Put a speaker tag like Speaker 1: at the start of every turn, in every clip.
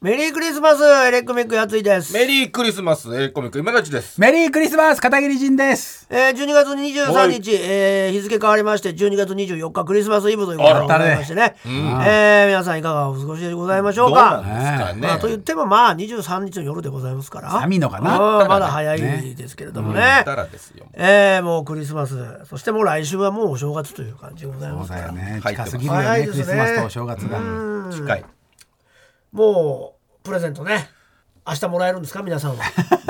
Speaker 1: メリークリスマスエレックミックやついです。
Speaker 2: メリークリスマス、えー、コミック今立ちです。
Speaker 3: メリークリスマス片桐仁です
Speaker 1: えー、12月23日、えー日付変わりまして12月24日クリスマスイブということでございましてね、えー皆さんいかがお過ごしでございましょ
Speaker 2: ど
Speaker 1: う
Speaker 2: う
Speaker 1: か
Speaker 2: なんですかね。
Speaker 1: まあ、と言ってもまあ23日の夜でございますから
Speaker 3: 寒いのかな
Speaker 1: うんまだ早いですけれどもね
Speaker 2: たらですよ。
Speaker 1: えーもうクリスマスそしてもう来週はもうお正月という感じでござい
Speaker 3: そ
Speaker 1: ま
Speaker 3: う
Speaker 1: すか
Speaker 3: だ
Speaker 1: ら
Speaker 3: よ
Speaker 2: 入って
Speaker 3: ね
Speaker 2: ま
Speaker 3: 近
Speaker 2: す
Speaker 3: すぎるよ
Speaker 1: 早い
Speaker 3: ね
Speaker 1: で
Speaker 3: ク
Speaker 1: すね
Speaker 3: リスマスとお正月が
Speaker 2: 近い。
Speaker 1: もうプレゼントね明日もらえるんですか皆さん は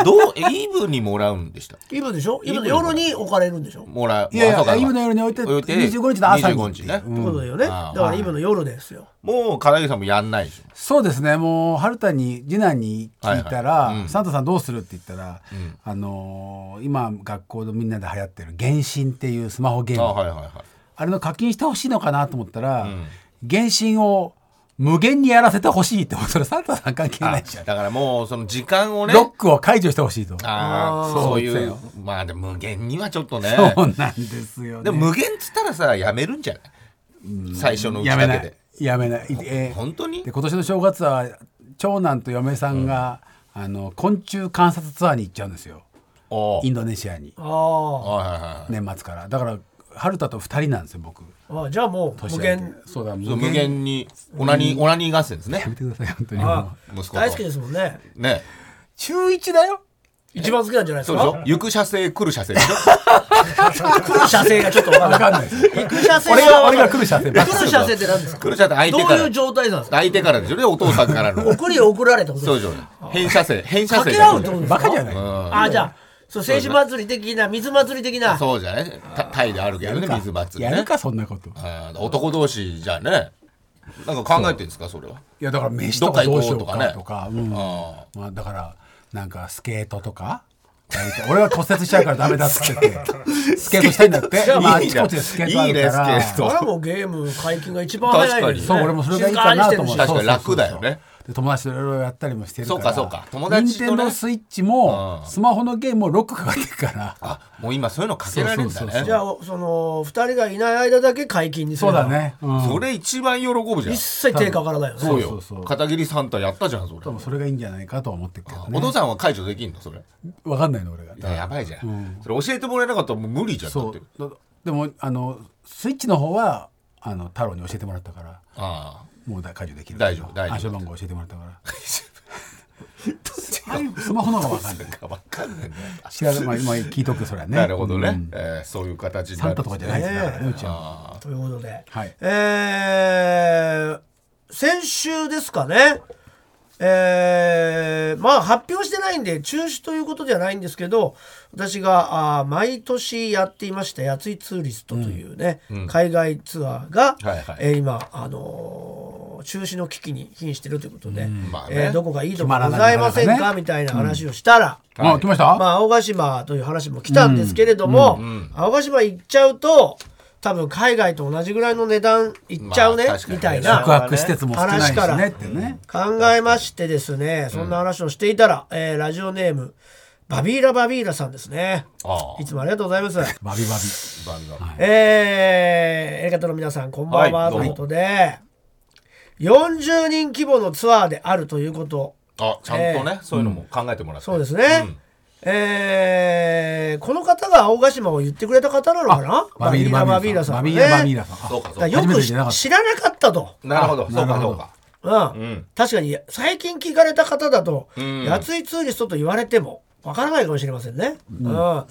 Speaker 2: どう、えイブにもらうんでした。
Speaker 1: イブでしょイブの夜に置かれるんでしょ、
Speaker 2: もらう。
Speaker 3: いやい
Speaker 2: 朝か
Speaker 3: や
Speaker 2: ら
Speaker 3: イブの夜に置いて25日の朝に
Speaker 2: 25日ね。
Speaker 1: ってことだよねだ
Speaker 2: あー
Speaker 1: からイブの夜ですよ
Speaker 2: もう、片桐さんもやんないでしょ。
Speaker 3: そうですねもう春田に次男に聞いたら、
Speaker 2: はいはいうん
Speaker 3: サンタさんどうするって言ったら、あのー今学校でみんなで流行ってる「原神」っていうスマホゲーム
Speaker 2: あ、
Speaker 3: あ,、
Speaker 2: はいはいはい。
Speaker 3: れの課金してほしいのかなと思ったら、原神を無限にやらせてほしいってそれサンタさん関係ないじゃ
Speaker 2: あ
Speaker 3: ん
Speaker 2: だからもう、その時間をね。
Speaker 3: ロックを解除してほしいと
Speaker 2: ああ、
Speaker 3: ー
Speaker 2: そうい
Speaker 3: そう
Speaker 2: う
Speaker 3: よ。
Speaker 2: まあ、でも無限にはちょっとね。
Speaker 3: そうなんですよ、ね、
Speaker 2: でも、無限っつったらさ、やめるんじゃない最初のうち
Speaker 3: やめ
Speaker 2: だ
Speaker 3: な
Speaker 2: け
Speaker 3: い
Speaker 2: で。
Speaker 3: やめない、えー
Speaker 2: 本当に
Speaker 3: で今年の正月は長男と嫁さんが、あの昆虫観察ツアーに行っちゃうんですよ
Speaker 2: おお
Speaker 3: イ。ンドネシアに
Speaker 1: あ
Speaker 2: はいはいはい。
Speaker 3: 年末からだから春田と二人なんですよ僕
Speaker 1: ーあじゃあもう
Speaker 3: 年
Speaker 1: 無
Speaker 3: 明け
Speaker 1: 限
Speaker 3: そうだ無
Speaker 2: そう
Speaker 3: 限
Speaker 2: 無限にオナニー、オナニー合戦ですね
Speaker 3: や。めてください本当にも
Speaker 1: あ
Speaker 3: う
Speaker 2: 息子と
Speaker 1: 大好きですもんね
Speaker 2: ね。
Speaker 3: 中一だ よ
Speaker 1: 一番好きなんじゃないです
Speaker 2: そうでし
Speaker 1: か
Speaker 2: ょ。行く射精、来る射精でしょ。
Speaker 1: 来る射精がちょっとわかん
Speaker 3: わ
Speaker 1: ない
Speaker 3: かんないです
Speaker 1: 行く射精
Speaker 3: 俺が俺が来 る写 真
Speaker 1: 来る射精って何ですか
Speaker 2: 来る射精相
Speaker 1: どう
Speaker 2: 手か
Speaker 1: いう
Speaker 2: ら。
Speaker 1: 状態なんですか
Speaker 2: 相手からでしょでお父さんか らの。
Speaker 1: 送り送られたこと
Speaker 2: そう
Speaker 1: で
Speaker 2: ですしょ
Speaker 1: か。
Speaker 2: 変射精、変射
Speaker 1: 掛
Speaker 2: 精
Speaker 1: け合うってことですか
Speaker 3: バカじゃない
Speaker 1: あーじゃあそう政治祭り的な水祭り的な
Speaker 2: そうじゃね。タタイであるけどね、水祭り
Speaker 3: や
Speaker 2: ね
Speaker 3: る。かそんなこと
Speaker 2: うん男同士じゃね。なんか考えてるんですか、それは。
Speaker 3: いやだから飯とかどうしよう
Speaker 2: どっか
Speaker 3: か
Speaker 2: 行ことうとか
Speaker 3: かうん
Speaker 2: あ
Speaker 3: まあだからなんかスケートとかやりたい俺は骨折しちゃうからダメだっつって てスケートしたいんだって
Speaker 2: ケート
Speaker 3: 今あちこちでスケートあるから
Speaker 2: いいねスケート
Speaker 1: それはもうゲーム解禁が一番早いですね
Speaker 3: そう俺もそれがいいかなと思
Speaker 1: 静か
Speaker 3: って
Speaker 1: にしてるし
Speaker 2: 確かに楽だよね
Speaker 3: で友達といろいろやったりもしてるか
Speaker 2: そ
Speaker 3: ら
Speaker 2: うかそうか友達とね
Speaker 3: 任天堂スイッチも
Speaker 2: うん
Speaker 3: スマホのゲームもロックかかってるから
Speaker 2: あ、もう今そういうのかけられるんだ
Speaker 3: そうそうそう
Speaker 2: ね
Speaker 1: じ。ゃあその二人がいない間だけ解禁にす
Speaker 3: そ
Speaker 1: る
Speaker 3: うだね、うん
Speaker 2: それ一番喜ぶじゃん
Speaker 1: 一。切手かからないよね
Speaker 2: そう
Speaker 3: そ
Speaker 2: よ
Speaker 3: うそう。
Speaker 2: 片桐サンタやったじゃん、それ
Speaker 3: 多。分それがいいんじゃないかとは思ってるけど
Speaker 2: お
Speaker 3: ね
Speaker 2: 父さんは解除できんのそれ。
Speaker 3: わかんないの俺が
Speaker 2: いややばいじゃん、それ教えてもらえなかったらもう無理じゃんだ
Speaker 3: そ
Speaker 2: って
Speaker 3: うだでもあのスイッチの方はあの太郎に教えてもらったから
Speaker 2: あ
Speaker 3: もうだ解除できる
Speaker 2: 大丈夫大丈夫
Speaker 3: 暗証番号教えてもらったから スマホの方がわかんない
Speaker 2: あか分かんないんだよ
Speaker 3: 知らない、まあ、今聞いとくそれはね
Speaker 2: なるほどね、
Speaker 3: うん
Speaker 2: えーそういう形にな
Speaker 3: サ
Speaker 2: る
Speaker 3: ンタとかじゃないですだからねうちは
Speaker 2: あ
Speaker 1: ということで、
Speaker 3: はい
Speaker 1: えー先週ですかね、えーまあ発表してないんで中止ということではないんですけど私があー毎年やっていました「やついツーリスト」というね、海外ツアーが、
Speaker 2: はいはい
Speaker 1: えー今、あのー中止の危機に瀕しているということで、
Speaker 2: まあね
Speaker 1: えーどこがいいと
Speaker 3: 決
Speaker 1: こ
Speaker 3: まら
Speaker 1: ご
Speaker 3: ない
Speaker 1: ざいませんか
Speaker 3: なかなかね
Speaker 1: みたいな話をしたら。
Speaker 2: はい
Speaker 3: あ来ました、
Speaker 1: まあ、青ヶ島という話も来たんですけれども、青ヶ島行っちゃうと多分海外と同じぐらいの値段行っちゃうね,、
Speaker 2: まあ確かにね
Speaker 1: みたい
Speaker 3: 宿
Speaker 1: な
Speaker 3: 泊施設も少ないしねってね、
Speaker 1: 考えましてですねそんな話をしていたら、えーラジオネームバビーラバビーラさんですね
Speaker 2: あ
Speaker 1: いつもありがとうございます。
Speaker 3: バビバビ
Speaker 2: 番が
Speaker 1: えー、エレカタの皆さんこんばんは、
Speaker 2: はい
Speaker 1: と
Speaker 2: どうも
Speaker 1: いうことで40人規模のツアーであるということ
Speaker 2: あちゃんとね、そういうのも考えてもらって、
Speaker 1: そうですね。
Speaker 2: ん
Speaker 1: えーこの方が青ヶ島を言ってくれた方なのかな
Speaker 3: バビーラバビーラさ
Speaker 1: さ
Speaker 3: んバ
Speaker 1: ん
Speaker 3: ビ
Speaker 1: ね。
Speaker 3: ーラバビーラさん
Speaker 2: そうかそう
Speaker 1: だからよ
Speaker 2: か
Speaker 3: 初め
Speaker 1: く
Speaker 3: て
Speaker 1: し
Speaker 3: じゃなかった
Speaker 1: 知らなかったと。
Speaker 2: なるほどそうか
Speaker 3: なる
Speaker 2: そ
Speaker 3: ほど
Speaker 2: うか
Speaker 1: うん。
Speaker 2: うん
Speaker 1: 確かに最近聞かれた方だと、
Speaker 2: ん
Speaker 1: やついツーリストと言われてもわからないかもしれませんね。うん。40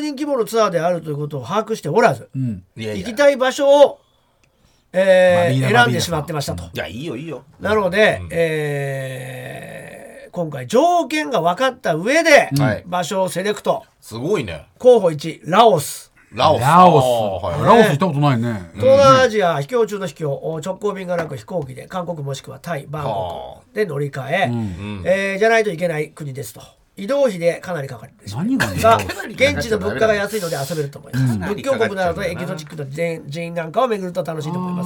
Speaker 1: 人規模のツアーであるということを把握しておらず、
Speaker 3: うん
Speaker 2: いやい
Speaker 1: 行
Speaker 2: や
Speaker 1: き
Speaker 2: い
Speaker 1: たい場所を、えー
Speaker 3: バビーラバビーラさん
Speaker 1: 選んでしまってましたと。
Speaker 2: やいいよいいよ
Speaker 1: なので、えー今回条件が分かった上で、
Speaker 2: はい
Speaker 1: 場所をセレクト。
Speaker 2: すごいね
Speaker 1: 候補1ラオス
Speaker 2: ラオス
Speaker 3: ラオス、
Speaker 2: あーはい
Speaker 3: ラオス行ったことないね、
Speaker 1: 東南アジア秘境中の秘境お直行便がなく飛行機で韓国もしくはタイバンコ
Speaker 2: は
Speaker 1: クで乗り換え、
Speaker 2: ん
Speaker 1: えーじゃないといけない国ですと移動費でかなりかかるでしょう
Speaker 3: 何がね
Speaker 1: が
Speaker 2: かなりかかっちゃう
Speaker 1: 現地の物価が安いので遊べると思います、仏教国などでエキゾチックな寺院なんかを巡ると楽しいと思いま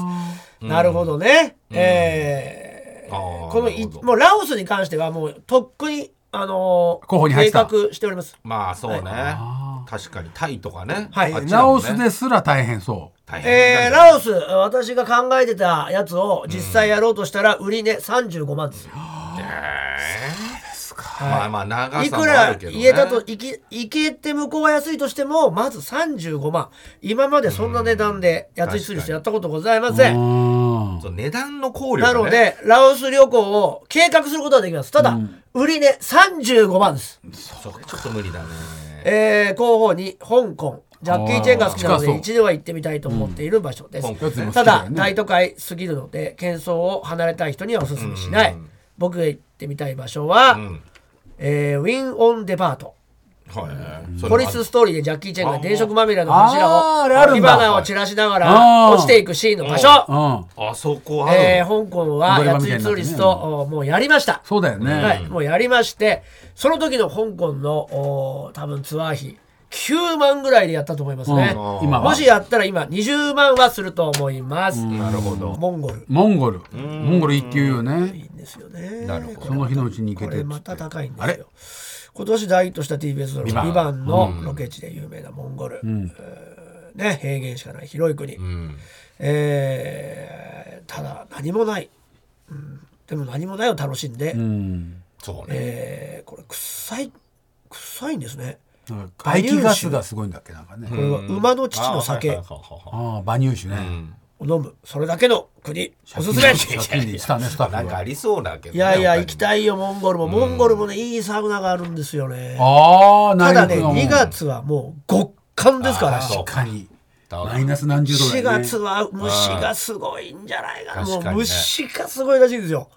Speaker 1: すなるほどね、えー
Speaker 2: あー
Speaker 1: この
Speaker 2: ないるほど
Speaker 1: もうラオスに関してはもうとっくにあのー
Speaker 3: 候補に入ってた
Speaker 1: 計画しております
Speaker 2: まあそうね、
Speaker 3: は
Speaker 2: 確かにタイとかね
Speaker 1: はい
Speaker 2: あっちだ
Speaker 3: ラ
Speaker 2: もん
Speaker 3: オ
Speaker 2: ね
Speaker 3: スですら大変そ
Speaker 2: 大変
Speaker 1: えー、ラオス私が考えてたやつを実際やろうとしたら売り値35万ですよ、
Speaker 2: オまあまあ長
Speaker 1: い
Speaker 2: さ
Speaker 1: く
Speaker 2: もあ
Speaker 1: ら
Speaker 2: るけど、ね、
Speaker 1: 家だと行け行けて向こうは安いとしてもまず35万今までそんな値段で安いスリスやったことございません
Speaker 3: うん
Speaker 2: そう値段の考慮
Speaker 1: な
Speaker 2: がね
Speaker 1: のでラオス旅行を計画することはできますただ、売り値35万です、
Speaker 2: そうちょっと無理だね
Speaker 1: えー候補に香港ジャッキー・チェンが好きなの
Speaker 3: あー
Speaker 1: で一度は行ってみたいと思っている場所です、
Speaker 2: うん香港ね
Speaker 1: ただ
Speaker 3: 好きだよね
Speaker 1: 大都会すぎるので喧騒を離れたい人にはおすすめしない、
Speaker 2: うん
Speaker 1: 僕が行ってみたい場所は、
Speaker 2: ん
Speaker 1: えーウィン・オン・デパート
Speaker 2: はいそれ
Speaker 1: ポリスストーリーでジャッキー・チェンが電飾まみれの
Speaker 3: あーあれあ
Speaker 1: 柱
Speaker 3: る
Speaker 1: を火
Speaker 3: んだ
Speaker 1: 花を散らしなが
Speaker 3: あ
Speaker 1: ら
Speaker 3: ー
Speaker 1: 落ちていくシーンの場所、
Speaker 3: うん
Speaker 2: あそこある、
Speaker 1: えー香港は
Speaker 3: 踊り場
Speaker 1: やつ
Speaker 3: みたい
Speaker 1: いツ
Speaker 3: になっ
Speaker 1: ー
Speaker 3: てね
Speaker 1: リストおもうやりました、
Speaker 3: そうだよね、
Speaker 1: はい、もうやりましてその時の香港のお多分ツアー費9万ぐらいでやったと思いますね、
Speaker 3: うん
Speaker 2: ー
Speaker 3: 今
Speaker 1: も
Speaker 3: は
Speaker 1: しやったら今20万はすると思います、
Speaker 2: なるほど
Speaker 1: モンゴル
Speaker 3: モンゴルモンゴル一級よね
Speaker 1: いいんですよね
Speaker 2: なるほど
Speaker 1: こ
Speaker 3: そ
Speaker 1: れ
Speaker 3: の日のうちに行け
Speaker 1: こ
Speaker 3: て
Speaker 1: れ
Speaker 3: っつ
Speaker 1: ま
Speaker 3: ったて
Speaker 1: 高いんで
Speaker 3: あ
Speaker 1: す
Speaker 3: れ
Speaker 1: よ今年大とした TBS ドラマ「
Speaker 2: ビ
Speaker 1: ビ
Speaker 2: バ
Speaker 1: バ
Speaker 2: ン
Speaker 1: ンのロケ地で有名なモンゴル、えーね平原しかない広い国、
Speaker 2: うん、
Speaker 1: えーただ何もない、うんでも何もないを楽しんで、
Speaker 3: うん
Speaker 2: そうね、
Speaker 1: えーこれ臭い臭いんですね
Speaker 3: なんか排気ガスがすごいんだっけなんかね、
Speaker 1: これは馬の乳の
Speaker 2: あ
Speaker 1: 酒
Speaker 2: はいはいはいはい
Speaker 3: ああ馬乳酒ね、
Speaker 1: を飲むそれだけの国おすすめ
Speaker 3: 借金 でしたねスタッフ
Speaker 2: な
Speaker 3: が
Speaker 2: んかありそうだけど、
Speaker 1: いやいや
Speaker 2: 他にも
Speaker 1: 行きたいよモンゴルもモンゴルもねいいサウナがあるんですよね
Speaker 3: ああ
Speaker 1: ただね
Speaker 3: 内陸の
Speaker 1: 2月はもう極寒ですから
Speaker 2: あーそう
Speaker 3: 確かに
Speaker 2: だ
Speaker 3: マイナス何十度だ
Speaker 1: 4
Speaker 3: よね
Speaker 1: 月は虫がすごいんじゃないかな
Speaker 2: うん
Speaker 1: もう
Speaker 2: 確かにね
Speaker 1: 虫がすごいらしいんですよ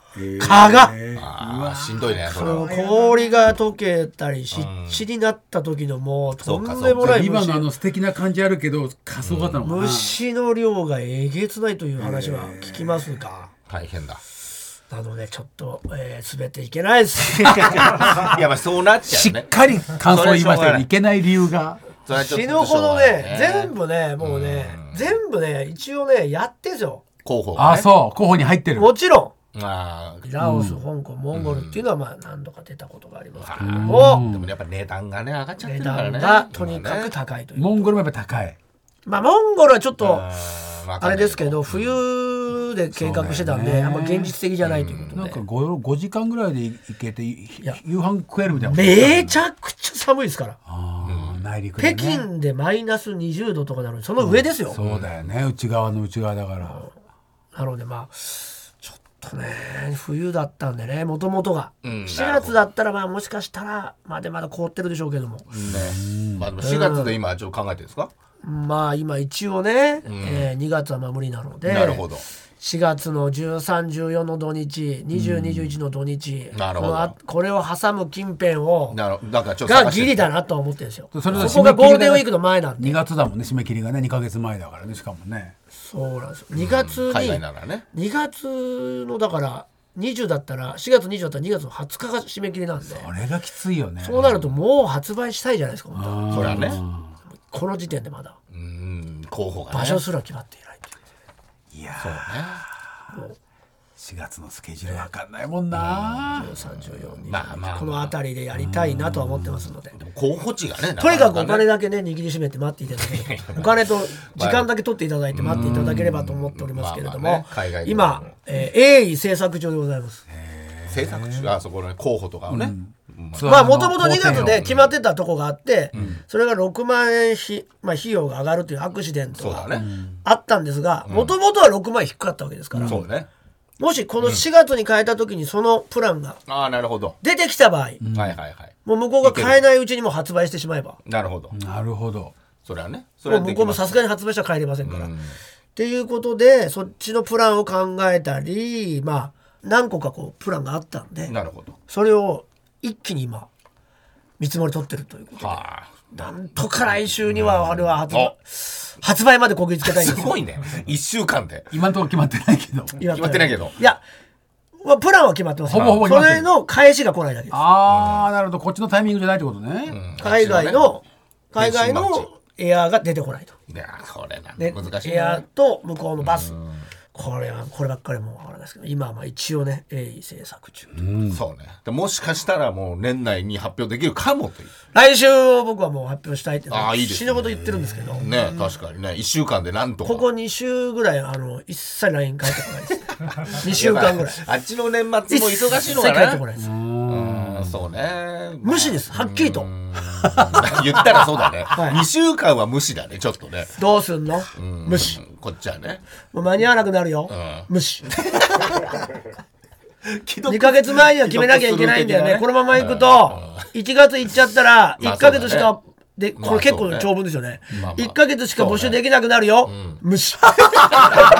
Speaker 1: 蚊が
Speaker 2: ああしんどいねそれ
Speaker 1: もう
Speaker 2: は
Speaker 1: 氷が溶けたり湿地になった時のもうと
Speaker 2: うんか
Speaker 1: でもない
Speaker 3: 今
Speaker 1: 虫
Speaker 3: のあの素敵な感じあるけど仮想型のかな
Speaker 1: 虫の量がえげつないという話は聞きますが
Speaker 2: 大変だ
Speaker 1: なのでちょっと、えー、滑っていけないです
Speaker 2: いやまあそうなっちゃ
Speaker 3: し
Speaker 2: うね
Speaker 3: っかり感想を言いましたけ
Speaker 2: それはしょうがな
Speaker 3: ど
Speaker 2: い
Speaker 3: いけない理由が
Speaker 2: それはちょっと
Speaker 1: 死ぬほどね
Speaker 2: しょうがない
Speaker 1: 全部ねもうね全部ね一応ねやってんですよ
Speaker 2: 候補が
Speaker 3: あ
Speaker 2: ね
Speaker 3: あそう候補に入ってる
Speaker 1: もちろん
Speaker 2: あー
Speaker 1: ラオス、香港、モンゴルっていうのはまあ何度か出たことがありますけれども、
Speaker 2: でもやっぱ値段がね上がっちゃっ
Speaker 1: 値
Speaker 2: てるから
Speaker 1: 段
Speaker 2: ね
Speaker 1: がとにかく
Speaker 2: 今ね
Speaker 1: 高いという。
Speaker 3: モンゴルもやっぱ高い
Speaker 1: まあモンゴルはちょっと
Speaker 2: うんわかん
Speaker 1: あ
Speaker 2: な
Speaker 1: れ
Speaker 2: い
Speaker 1: ですけど、冬で計画してたん
Speaker 3: そうだ
Speaker 1: で、
Speaker 3: よ
Speaker 1: あん
Speaker 3: ね
Speaker 1: ま現実的じゃないというこ
Speaker 3: な
Speaker 1: と
Speaker 3: ん
Speaker 1: で
Speaker 3: か。5, 5時間ぐらいで行けてい
Speaker 1: や
Speaker 3: 夕飯食えるみたいな
Speaker 1: め
Speaker 3: ゃ
Speaker 1: ちゃくちゃ寒いですから。
Speaker 3: 内陸で
Speaker 1: 北
Speaker 3: ね
Speaker 1: 京でマイナス20度とかなのに、その上ですよ。
Speaker 3: そうだよね内側の内側だから
Speaker 1: なのでまあ、ちょっとね、冬だったんでね、もともとが。
Speaker 2: うん
Speaker 1: 4
Speaker 2: なるほ
Speaker 1: 月
Speaker 2: ど
Speaker 1: だったらまあもしかしたら、まあでまだ凍ってるでしょうけども。
Speaker 2: ねまあでも4月で今ちょっと考えてるんですか
Speaker 1: まあ今一応ね、えー2月はまあ無理なので。
Speaker 2: なるほど
Speaker 1: 4月の1314の土日2021の土日、
Speaker 2: なるほど
Speaker 1: このあこれを挟む近辺を
Speaker 2: なるほどだからちょっと
Speaker 1: が
Speaker 2: 探して
Speaker 1: ギリだなとは思ってるんですよそ
Speaker 3: それは
Speaker 1: こがゴールデンウィークの前なんで
Speaker 3: 2月だもんね締め切りがね2か月前だからねしかもね
Speaker 1: そうなんですよ2月
Speaker 2: 海
Speaker 1: に、
Speaker 2: 外ならね
Speaker 1: 2月のだから20だったら4月20だったら2月の20日が締め切りなんで
Speaker 3: これがきついよね
Speaker 1: そうなるともう発売したいじゃないですか本当は
Speaker 2: そりゃね
Speaker 1: この時点でまだ
Speaker 2: うん候補がね
Speaker 1: 場所すら決まっていないという
Speaker 3: いや4月のスケジュールわかんないもんな
Speaker 1: 1314
Speaker 2: まあまあ
Speaker 1: この辺りでやりたいなとは思ってますので。
Speaker 2: 候補地がね
Speaker 1: とにかくお
Speaker 2: なね
Speaker 1: 金だけね握りしめて待っていただければお金と時間だけ取っていただいて待っていただければと思っておりますけれど
Speaker 2: まあまあ
Speaker 1: も
Speaker 2: ね海外でも
Speaker 1: 今、えー鋭意制作中でございます
Speaker 2: 制作中あそこのね候補とかをね
Speaker 3: ツアー
Speaker 1: まあ
Speaker 3: の
Speaker 1: もともと2
Speaker 3: 工
Speaker 1: 月
Speaker 3: 程
Speaker 1: で
Speaker 3: よ
Speaker 1: 決まってたとこがあってそれが6万円費,、まあ、費用が上がるというアクシデント
Speaker 2: そう
Speaker 1: が
Speaker 2: だね
Speaker 1: あったんですがもともとは6万円低かったわけですから
Speaker 2: そうね
Speaker 1: もしこの4月に変えた時にそのプランが
Speaker 2: ああなるほど
Speaker 1: 出てきた場合
Speaker 2: はいはいはい
Speaker 1: もう向こうが変えないうちにもう発売してしまえば
Speaker 2: なるほど
Speaker 3: なるほど
Speaker 2: それはねそれ
Speaker 1: もう
Speaker 2: はで
Speaker 1: 向
Speaker 2: き
Speaker 1: こうも
Speaker 2: ます
Speaker 1: さすがに発売者は変えれませんから。
Speaker 2: うん
Speaker 1: っていうことでそっちのプランを考えたりまあ何個かこうプランがあったんで
Speaker 2: なるほど
Speaker 1: それを一気に今見積もり取ってるということで
Speaker 2: はあ
Speaker 1: なんとか来週にはあれは発
Speaker 2: お
Speaker 1: 売発売までこぎつけたいん
Speaker 2: す
Speaker 1: ですよ
Speaker 2: ごいね一週間で
Speaker 3: 今のところ決まってないけど
Speaker 1: や
Speaker 2: 決まってないけど
Speaker 1: いや、まあ、プランは決まってます
Speaker 3: ほぼほぼ決ま
Speaker 1: そ
Speaker 3: ってる
Speaker 1: れの返しが来ないだけです
Speaker 3: ああなるほどこっちのタイミングじゃないってことね、
Speaker 1: 海外
Speaker 2: こ
Speaker 1: の海外
Speaker 2: 返信マ
Speaker 1: のエアーが出てこないと
Speaker 2: っちのねいやこれなん
Speaker 1: で
Speaker 2: か難しい
Speaker 1: エアー
Speaker 2: ね
Speaker 1: と向こうのバスこれはこればっかりもうわからないですけど今はまあ一応ね鋭意制作中と
Speaker 2: そうねでもしかしたらもう年内に発表できるかもという
Speaker 1: 来週を僕はもう発表したいって
Speaker 2: あーいいですね
Speaker 1: 死ぬこと言ってるんですけど、
Speaker 2: ね確かにね1週間でなんとか
Speaker 1: ここ2週ぐらいあの一切 LINE 返ってこないです 2週間ぐらい
Speaker 2: あっちの年末も忙しい
Speaker 1: 一切
Speaker 2: のか
Speaker 1: 帰
Speaker 2: な
Speaker 1: ってこないです
Speaker 2: うんそうね
Speaker 1: 無視ですはっきりと
Speaker 2: 言ったらそうだね、
Speaker 1: はい
Speaker 2: 2週間は無視だねちょっとね
Speaker 1: どうすんの無視
Speaker 2: うんこっちはね
Speaker 1: もう間に合わなくなるよ無視
Speaker 2: 既
Speaker 1: 2ヶ月前には決めなきゃいけないんだよね。このまま行くと、1月行っちゃったら、
Speaker 2: まあ
Speaker 1: 1ヶ月し
Speaker 2: そうだね
Speaker 1: か、で、
Speaker 2: まあ
Speaker 1: これ結構
Speaker 2: そうね
Speaker 1: 長文ですよね
Speaker 2: まあ。まあ
Speaker 1: 1ヶ月しか募集できなくなるよ。無視。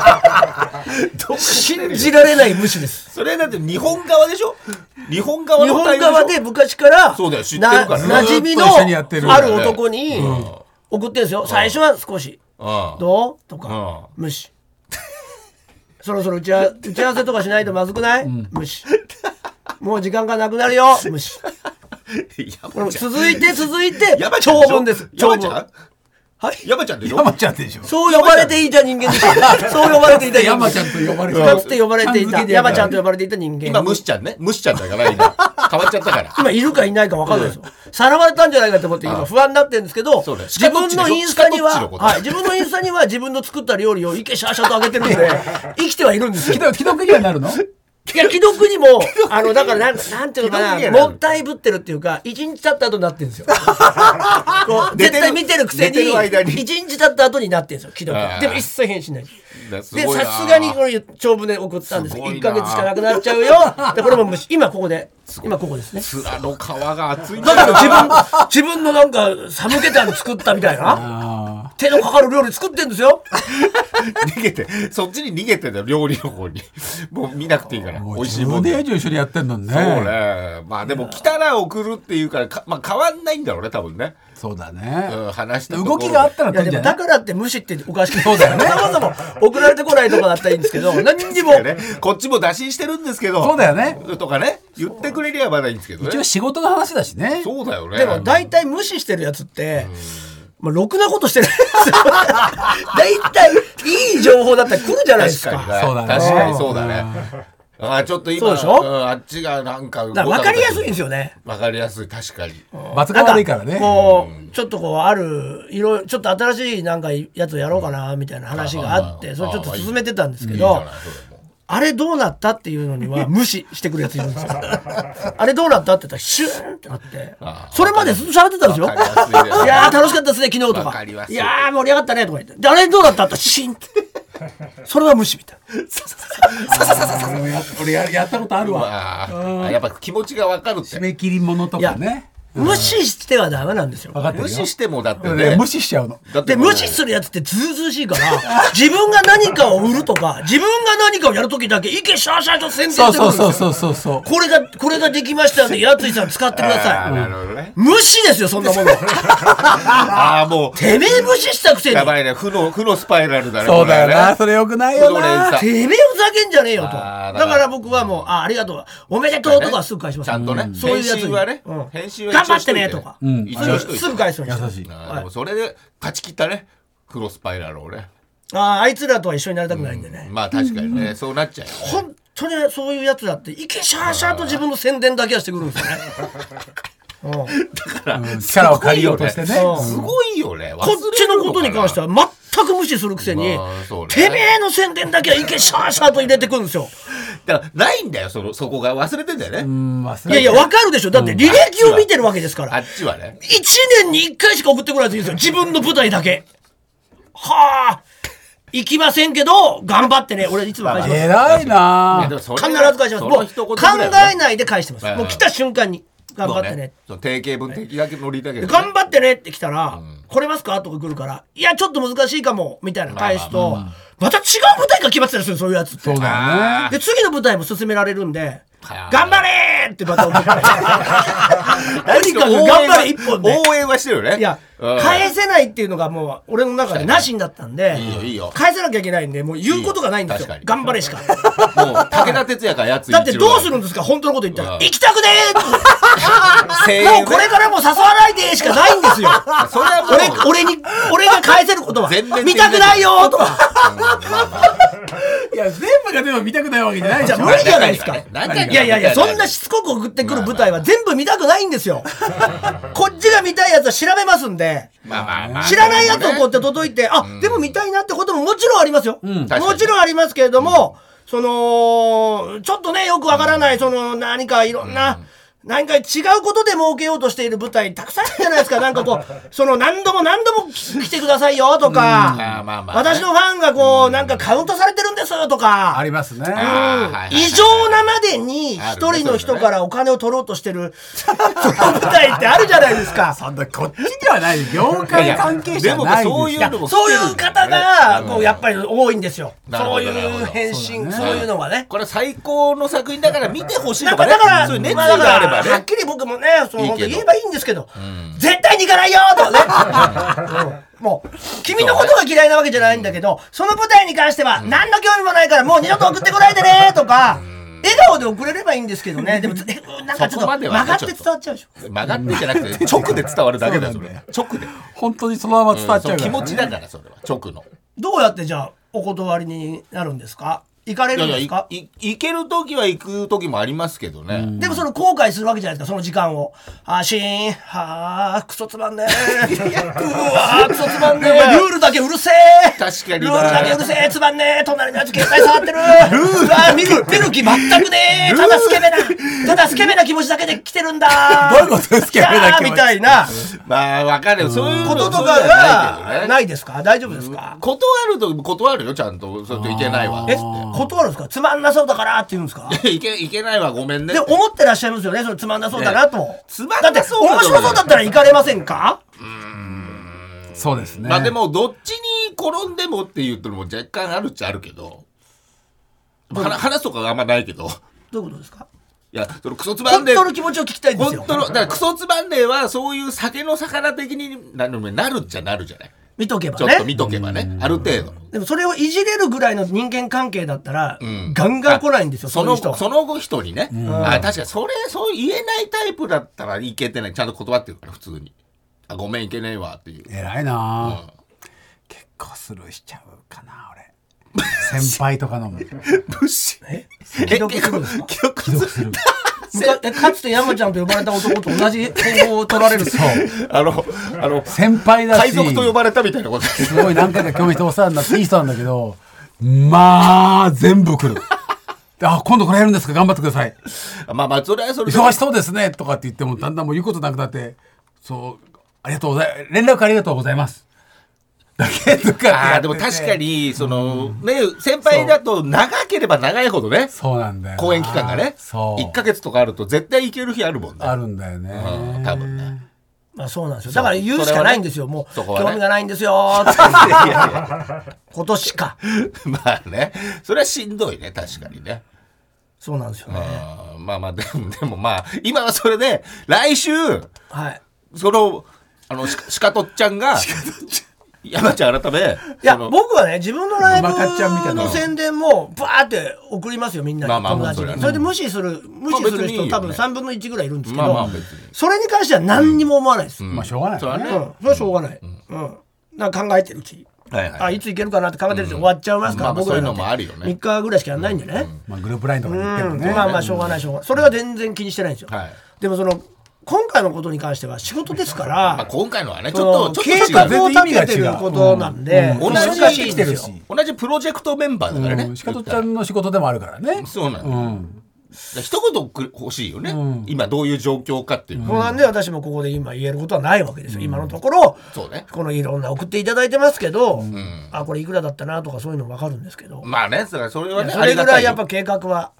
Speaker 1: 信じられない無視です。
Speaker 2: それだって日本側でしょ日本側
Speaker 1: 日
Speaker 2: の
Speaker 1: 本
Speaker 2: 対応しょ
Speaker 1: 側で昔から、な
Speaker 2: そうだよ知ってるからね
Speaker 1: 馴染み
Speaker 3: ずっと一緒にやってる
Speaker 1: のある男に送ってるんですよ。最初は少し。
Speaker 2: う
Speaker 1: どうとか。無視。そろそろ打ち合わ打ち合わせとかしないとまずくない無視。もう時間がなくなるよ無視。
Speaker 2: ん
Speaker 1: これ
Speaker 2: 山
Speaker 1: も
Speaker 2: ちゃん
Speaker 1: 続いて続いて
Speaker 2: 山ちゃん
Speaker 1: 長
Speaker 2: しょ
Speaker 1: 文です長
Speaker 2: 山ちゃん
Speaker 1: 文はい
Speaker 2: 山ちゃんでしょ
Speaker 3: 山ちゃんでしょ。
Speaker 1: そう呼ばれていた人間ですよそう呼ばれていた人間
Speaker 3: 山ちゃんと呼ばれて
Speaker 1: かつて呼ばれていた山ちゃんと
Speaker 3: 呼
Speaker 1: 呼ばれていた人間
Speaker 2: 今ムシちゃんねムシちゃんだから今変わっちゃったから
Speaker 1: 今いるかいないか分かんないですよさらわれたんじゃないかと思って今不安になってるんですけど
Speaker 2: そうだよ
Speaker 1: 自分のインスタに
Speaker 2: シカ
Speaker 1: は
Speaker 2: ゴッチのこと
Speaker 1: はい自分のインスタには自分の作った料理をイケシャーシャーとあげてるんで生きてはいるんですよ
Speaker 3: 既読にはなるの
Speaker 1: いや既読にもあのだからなんなんていうのかな
Speaker 2: 既読にはなる
Speaker 1: もったいぶってるっていうか一日経った後になってるんですよこう
Speaker 2: 寝
Speaker 1: 絶
Speaker 2: てる
Speaker 1: 対見てるくせ
Speaker 2: 寝てる間に
Speaker 1: に一日経った後になってるんですよ既
Speaker 2: あー
Speaker 1: 読でも一切返信ない
Speaker 2: で
Speaker 1: でさすがにこれ長文で送ったんですけど
Speaker 2: すごい
Speaker 1: 1
Speaker 2: な
Speaker 1: か月しかなくなっちゃうよでこれも無視今ここで今ここですね
Speaker 2: あの皮が厚いん
Speaker 1: だ
Speaker 2: だ
Speaker 1: から自分自分のなんか寒気たの作ったみたいな手のかかる料理作ってんですよ
Speaker 2: 逃げてそっちに逃げてんだよ料理の方にもう見なくていいから美味しいも
Speaker 3: 10
Speaker 2: ん
Speaker 3: 年以
Speaker 2: で
Speaker 3: 上一緒にやってんのにね。
Speaker 2: そうねまあでも来たら送るっていうからかまあ変わんないんだろうね多分ね
Speaker 3: そうだね。
Speaker 2: うん話したところ
Speaker 3: 動
Speaker 2: で
Speaker 3: きがあったら
Speaker 1: いや
Speaker 3: 来るん
Speaker 1: で
Speaker 3: じゃ
Speaker 1: も
Speaker 3: な
Speaker 1: だ
Speaker 3: い
Speaker 1: からって無視っておかしくそうだよね そもそも送られてこないとかだったらいいんですけど何にも
Speaker 2: ねこっちも打診してるんですけど
Speaker 3: そうだよね
Speaker 2: とかね言ってくれりゃまだいいんですけど
Speaker 3: 一
Speaker 2: ね
Speaker 3: 応仕事の話だしね。
Speaker 2: そうだよね
Speaker 1: でも大体無視してるやつって、まあ、ろくなことしてないですよ 大体いい情報だったら来るじゃないです
Speaker 2: 確
Speaker 1: か。
Speaker 2: かに
Speaker 1: だ
Speaker 2: ね
Speaker 3: そうだね
Speaker 2: 確かにそうだねあーちょっと今
Speaker 1: そうでしょ
Speaker 2: んあっちがなんか
Speaker 1: から分かりやすいんです
Speaker 2: よ
Speaker 1: よね。
Speaker 2: わかりやすい確かに
Speaker 3: 罰が悪いからね。
Speaker 1: こうちょっとこうあるいろいろちょっと新しいなんかやつをやろうかなみたいな話があっ
Speaker 2: う
Speaker 1: て
Speaker 2: ん
Speaker 1: それちょっと進めてたんですけ
Speaker 2: いいじゃ
Speaker 1: ど
Speaker 2: ないそれも
Speaker 1: あれどうなったっていうのには無視してくるやついるんですよ。あれどうなったって言ったらシューンってなって
Speaker 2: あー
Speaker 1: それまでずっと喋ってたんですよ。
Speaker 2: わかりやすいね
Speaker 1: いやー楽しかったですね昨日と
Speaker 2: わ
Speaker 1: か
Speaker 2: かりやすい
Speaker 1: いやー盛り上がったねとか言ってであれどうだったってシーンってそれは無視みたいな
Speaker 3: 俺や俺ややったことあるわ。
Speaker 2: まああやっぱ気持ちがわかるっ
Speaker 3: 締
Speaker 2: て
Speaker 3: め切りものとか
Speaker 1: い
Speaker 3: ね。
Speaker 1: 無視してはダメなんですよ
Speaker 3: 分かってる
Speaker 2: 無
Speaker 3: よ。
Speaker 2: 視してもだって
Speaker 3: ね
Speaker 2: ね
Speaker 3: 無視しちゃうの。
Speaker 2: だって
Speaker 1: で
Speaker 2: もう
Speaker 1: 無視するやつってずうずうしいから自分が何かを売るとか自分が何かをやるときだけ意見シャーシャーと宣伝して
Speaker 3: そ
Speaker 1: く
Speaker 3: う
Speaker 1: る
Speaker 3: そ
Speaker 1: ん
Speaker 3: う
Speaker 1: ですよ
Speaker 3: そうそうそうそう。
Speaker 1: これがこれができましたんでやついさん使ってくださ
Speaker 2: あーなるほどね
Speaker 1: い無視ですよそんなもの
Speaker 2: ああも
Speaker 1: てめえ無視したくせ
Speaker 2: う
Speaker 1: に
Speaker 2: やばいね負 の負のスパイラルだね
Speaker 3: そうだよな。
Speaker 2: こ
Speaker 3: それ良くない
Speaker 2: れはね
Speaker 3: よ
Speaker 2: 負の連
Speaker 3: な。
Speaker 2: 鎖
Speaker 1: てめえふざけんじゃねえよとだ
Speaker 2: あー
Speaker 1: か
Speaker 2: だから
Speaker 1: ら僕はもうあありがとうおめでとうとかはすぐ返します
Speaker 2: ちゃんとね
Speaker 1: そういうやつ
Speaker 2: 返信はね
Speaker 1: うん
Speaker 2: 返信
Speaker 1: 頑
Speaker 2: は一
Speaker 1: 張
Speaker 2: 応
Speaker 1: っ
Speaker 2: しと
Speaker 1: て
Speaker 2: いて
Speaker 1: ねとか
Speaker 2: うん
Speaker 1: それすぐ返すように
Speaker 3: 優しい
Speaker 2: あー
Speaker 1: はい
Speaker 2: でもそれで勝ち切ったねクロスパイラルをね
Speaker 1: あーあいつらとは一緒になりたくないんでね、
Speaker 2: まあ確かにねそうなっちゃうよね
Speaker 1: 本当にそういうやつだっていけシャーシャーと自分の宣伝だけはしてくるんですよねうん
Speaker 3: うん力を借りようとしてね。
Speaker 1: そう
Speaker 2: すごいよね。
Speaker 1: こっちのことに関しては全く無視するくせに、
Speaker 2: まあそうね
Speaker 1: てめえの宣伝だけはいけシャーシャーと入れてくるんですよ
Speaker 2: だからないんだよ、その、そこが忘れてんだよ
Speaker 3: う
Speaker 2: ね。
Speaker 3: ん忘れて
Speaker 1: いやいやわかるでしょだって履歴を見てるわけですか
Speaker 2: あ
Speaker 1: ら
Speaker 2: っちはね。
Speaker 1: 1年に1回しか送ってこないやついいんですよ自分の舞台だけはあ行きませんけど頑張ってね俺いつも返します
Speaker 3: 偉いな。
Speaker 2: 必
Speaker 1: 必ず返しますもう考えないで返してます
Speaker 2: はいはい
Speaker 1: もう来た瞬間に頑張ってね。
Speaker 2: そう定型文的だけ乗りだけどね。
Speaker 1: 頑張ってねって来たら、来れますかとか来るから、いや、ちょっと難しいかも、みたいな返すと、また違う舞台が決まってたりする、そういうやつって
Speaker 3: そう。だよね。
Speaker 2: あー
Speaker 1: で、次の舞台も進められるんで、
Speaker 2: はい
Speaker 1: 頑張れーってまた思ってとにかく頑張れ一本で。
Speaker 2: 応援はしてるよね。
Speaker 1: いや、
Speaker 2: うん
Speaker 1: 返せないっていうのがもう、俺の中でなしになったんで
Speaker 2: いいよいいよ、
Speaker 1: 返さなきゃいけないんで、もう言うことがないんですよ
Speaker 2: いいよ。確か
Speaker 1: 頑張れ しか。
Speaker 2: もう、武田鉄矢かやつ
Speaker 1: だってどうするん
Speaker 2: で
Speaker 1: ですか本当のこと言ったら
Speaker 2: う。ん
Speaker 1: 行きたくね
Speaker 2: す
Speaker 1: ーもうこれからもう誘わないでーしかないんですよ。
Speaker 2: それはもう、
Speaker 1: 俺、俺に、俺が返せることは、
Speaker 2: 全面的に
Speaker 1: 見たくないよーとか、
Speaker 3: いや、全部がでも見たくないわけじゃない
Speaker 1: じ
Speaker 3: じ
Speaker 1: ゃあ
Speaker 3: ゃん。
Speaker 1: 無理じゃないですか。
Speaker 2: 中にはね
Speaker 1: いやいやいや、そんなしつこく送ってくる舞台は全部見たくないんですよ。こっちが見たいやつは調べますんで、
Speaker 2: まあまあまあ
Speaker 1: 知らないやつをこうやって届いて、あ、でも見たいなってことももちろんありますよ。
Speaker 2: 確かに
Speaker 1: もちろんありますけれども、そのちょっとねよくわからないその何かいろんな。何か違うことで儲けようとしている舞台たくさんあるじゃないですかなんかこ うその何度も何度も来てくださいよとか、
Speaker 2: まあまあまあね
Speaker 1: 私のファンがこう、なんかカウントされてるんですとか
Speaker 3: ありますね。
Speaker 2: あーはいはいはい
Speaker 1: 異常なまでに一人の人からお金を取ろうとしてる舞台ってあるじゃないですか。
Speaker 3: そんなこっちではない業界関係者じゃない
Speaker 2: でもそう
Speaker 3: です
Speaker 2: い
Speaker 3: よ
Speaker 2: うのも
Speaker 1: そういう方がこうやっ
Speaker 2: ぱ
Speaker 1: ぱり多いんですよ。
Speaker 2: なるほ
Speaker 1: そ
Speaker 2: ど
Speaker 1: ういう返
Speaker 3: な
Speaker 1: 信、
Speaker 3: るほど
Speaker 1: そういうのがね。
Speaker 2: これ最高の作品だから見てほしい
Speaker 1: なん
Speaker 2: とか
Speaker 1: か
Speaker 2: ね
Speaker 1: だから、
Speaker 2: そういう熱意
Speaker 1: まあだ
Speaker 2: が
Speaker 1: か
Speaker 2: あれ
Speaker 1: ら
Speaker 2: ばね
Speaker 1: はっきり僕もね、その
Speaker 2: いい
Speaker 1: 本
Speaker 2: け
Speaker 1: 当
Speaker 2: ど
Speaker 1: 言えばいいんですけど、絶対に行かないよとかね、うん もう君のことが嫌いなわけじゃないんだけど、その舞台に関しては何の興味もないからもう二度と送ってこないで ねとか、笑顔で送れればいいんですけどね、でもえなんかちょっ
Speaker 2: そことまで
Speaker 1: 曲
Speaker 2: はね
Speaker 1: がって
Speaker 2: ちょ
Speaker 1: 伝
Speaker 2: っと
Speaker 1: わっちゃうでしょ。
Speaker 2: 曲がってじゃなくて 直で伝わるだけだよそれ直で
Speaker 3: 本当にそのまま伝わっちゃうか
Speaker 2: 気
Speaker 3: らね、
Speaker 2: 持ちだからそれは直の
Speaker 1: どうやってじゃあお断りになるんですか行かれ
Speaker 2: い
Speaker 1: る
Speaker 2: や
Speaker 1: んです
Speaker 2: いや
Speaker 1: か
Speaker 2: い行ける時は行く時もありますけどね
Speaker 1: でもその後悔するわけじゃないですかその時間をあシーンはあクソつまんねえうわあクソつまんねえルールだけうるせえ
Speaker 2: 確かに
Speaker 1: ルールだけうるせえつまんねえ隣のやつ携帯触ってるうわ見る見る気全くねえただスケベなただスケベな気持ちだけで来てるんだ
Speaker 3: どういうことスケベな気
Speaker 1: い
Speaker 3: 持ち
Speaker 1: やーみたいな
Speaker 2: まあわかるよそういう
Speaker 1: こ
Speaker 2: ことと
Speaker 1: とか
Speaker 2: とか
Speaker 1: が
Speaker 2: が
Speaker 1: ないですか大丈夫ですか
Speaker 2: 断ると断るよちゃんとそうやっていけないわ
Speaker 1: え断るんですかつまんなそうだからって言うんですか
Speaker 2: いけいけないわごめんね
Speaker 1: で思ってらっしゃいますよねそれつまんなそうだなと、
Speaker 2: つまんなそう
Speaker 1: だ
Speaker 2: だ
Speaker 1: って面白そうだったら行かれませんか
Speaker 3: そうですね。
Speaker 2: まあでもどっちに転んでもっていうとも若干あるっちゃあるけどはな話すとかがあんまないけ
Speaker 1: ど
Speaker 2: ど
Speaker 1: ういうことですか
Speaker 2: いやそのクソつまん
Speaker 1: 本
Speaker 2: で
Speaker 1: 当の気持ちを聞きたいんですよ
Speaker 2: 本当のだからクソつまんねえはそういう酒の魚的になるなるっちゃなるじゃない
Speaker 1: 見とけば
Speaker 2: ちょっと見
Speaker 1: ね
Speaker 2: とけばねある程度
Speaker 1: でもそれをいじれるぐらいの人間関係だったら、
Speaker 2: ん
Speaker 1: ガンガン来ないんですよ
Speaker 2: そ
Speaker 1: その
Speaker 2: の
Speaker 1: 人
Speaker 2: その後人にね、あ確かにそれそう言えないタイプだったらいけてないちゃんと断ってるから普通にあごめんいけねえわっていう
Speaker 3: 偉いな、結構スルーしちゃうかな俺。先輩とかのも。
Speaker 2: ブッシュ
Speaker 1: え
Speaker 2: 既
Speaker 1: 既読するんです か
Speaker 2: 読する
Speaker 1: むかえかつて山ちゃんと呼ばれた男と同じ方法を取ら れるそう
Speaker 2: あのあの
Speaker 3: 先輩だし。
Speaker 2: 海賊と呼ばれたみたいなこと
Speaker 3: すごい何回か今日人お世話になっていい人なんだけど、まあ、全部来る。あ、今度これやるんですか頑張ってください。
Speaker 2: まあまあそれはそれで
Speaker 3: 忙しそうですねとかって言っても、だんだんもう言うことなくなって、そう、ありがとうござい連絡ありがとうございます。 だけとかってや
Speaker 2: あー
Speaker 3: って
Speaker 2: でも確か
Speaker 3: て。
Speaker 2: にその、ね先輩だと長ければ長いほどね
Speaker 3: そうなんだよな。
Speaker 2: 公演期間がね
Speaker 3: そう。
Speaker 2: 1か月とかあると絶対行ける日あるもんね
Speaker 3: あるんだよ
Speaker 2: う
Speaker 3: ね
Speaker 2: ん。多分 ね
Speaker 1: まあそうなんですよだから言うしかないんですよもう、
Speaker 2: そこはね
Speaker 1: 興味がないんですよ
Speaker 2: い やいや
Speaker 1: ことしか
Speaker 2: まあねそれはしんどいね確かにね
Speaker 1: そうなんですよね
Speaker 2: あーまあまあでもでもまあ今はそれで来週
Speaker 1: はい
Speaker 2: そのあのしかしかとっちゃんが山ちゃん改め
Speaker 1: いや
Speaker 2: その
Speaker 1: 僕はね自分のライブ
Speaker 3: 馬鹿ちゃんみたいな
Speaker 1: の宣伝もバーって送りますよみんな
Speaker 2: まあ
Speaker 1: に
Speaker 2: まあ
Speaker 1: 友
Speaker 2: まあ
Speaker 1: 達に
Speaker 2: そ
Speaker 1: それ
Speaker 2: れはね
Speaker 1: で無視する無視する人多
Speaker 2: まあ別にいいよ
Speaker 1: 分
Speaker 2: ね
Speaker 1: 3分の1ぐらいいるんですけ
Speaker 2: まあまあ
Speaker 1: ど
Speaker 2: 別に
Speaker 1: それに関しては何にも思わないですうん
Speaker 3: まあ、しょうがない
Speaker 2: それは
Speaker 3: よね。
Speaker 2: ね、
Speaker 1: それはしょうがないうんなんか考えてるうち
Speaker 2: はいはい
Speaker 1: あいついけるかなって考えてるうちに終わっちゃいますか
Speaker 2: ま
Speaker 1: ら
Speaker 2: あまあ
Speaker 1: 僕らなん
Speaker 2: そういうのもあるよね
Speaker 1: 3日ぐらいしかやんないんでね
Speaker 3: まあ、グループラインとかに行って
Speaker 1: う
Speaker 3: も
Speaker 1: ん
Speaker 3: ね。
Speaker 1: まあまあしょうがないしょうがないそれは全然気にしてないんですよ
Speaker 2: はい
Speaker 1: でもその今回のことに関しては仕事ですから
Speaker 2: まあ、今回のはねち
Speaker 1: ち
Speaker 2: ょ
Speaker 1: ょ
Speaker 2: っ
Speaker 1: っ
Speaker 2: と
Speaker 1: と
Speaker 2: ちょっ
Speaker 1: 計
Speaker 2: と違
Speaker 1: 画
Speaker 2: う
Speaker 1: を立ててることなんで
Speaker 2: 同じ
Speaker 1: 難しいんですよ
Speaker 3: し
Speaker 2: 同じプロジェクトメンバーだからね、
Speaker 3: うん、しかとちゃんの仕事でもあるからね。
Speaker 2: そうなんだ、
Speaker 3: う
Speaker 2: だか
Speaker 3: ん。
Speaker 2: ら一言くれ欲しいよね、今どういう状況かっていう、
Speaker 1: そうなんで私もここで今言えることはないわけですよ、今のところ
Speaker 2: そうね
Speaker 1: このいろんな送っていただいてますけど、あこれいくらだったなとかそういうの分かるんですけど、
Speaker 2: まあねだからそれは
Speaker 1: や
Speaker 2: いね
Speaker 1: それぐらいやっ
Speaker 2: あ
Speaker 1: ぱ
Speaker 2: り
Speaker 1: 計画は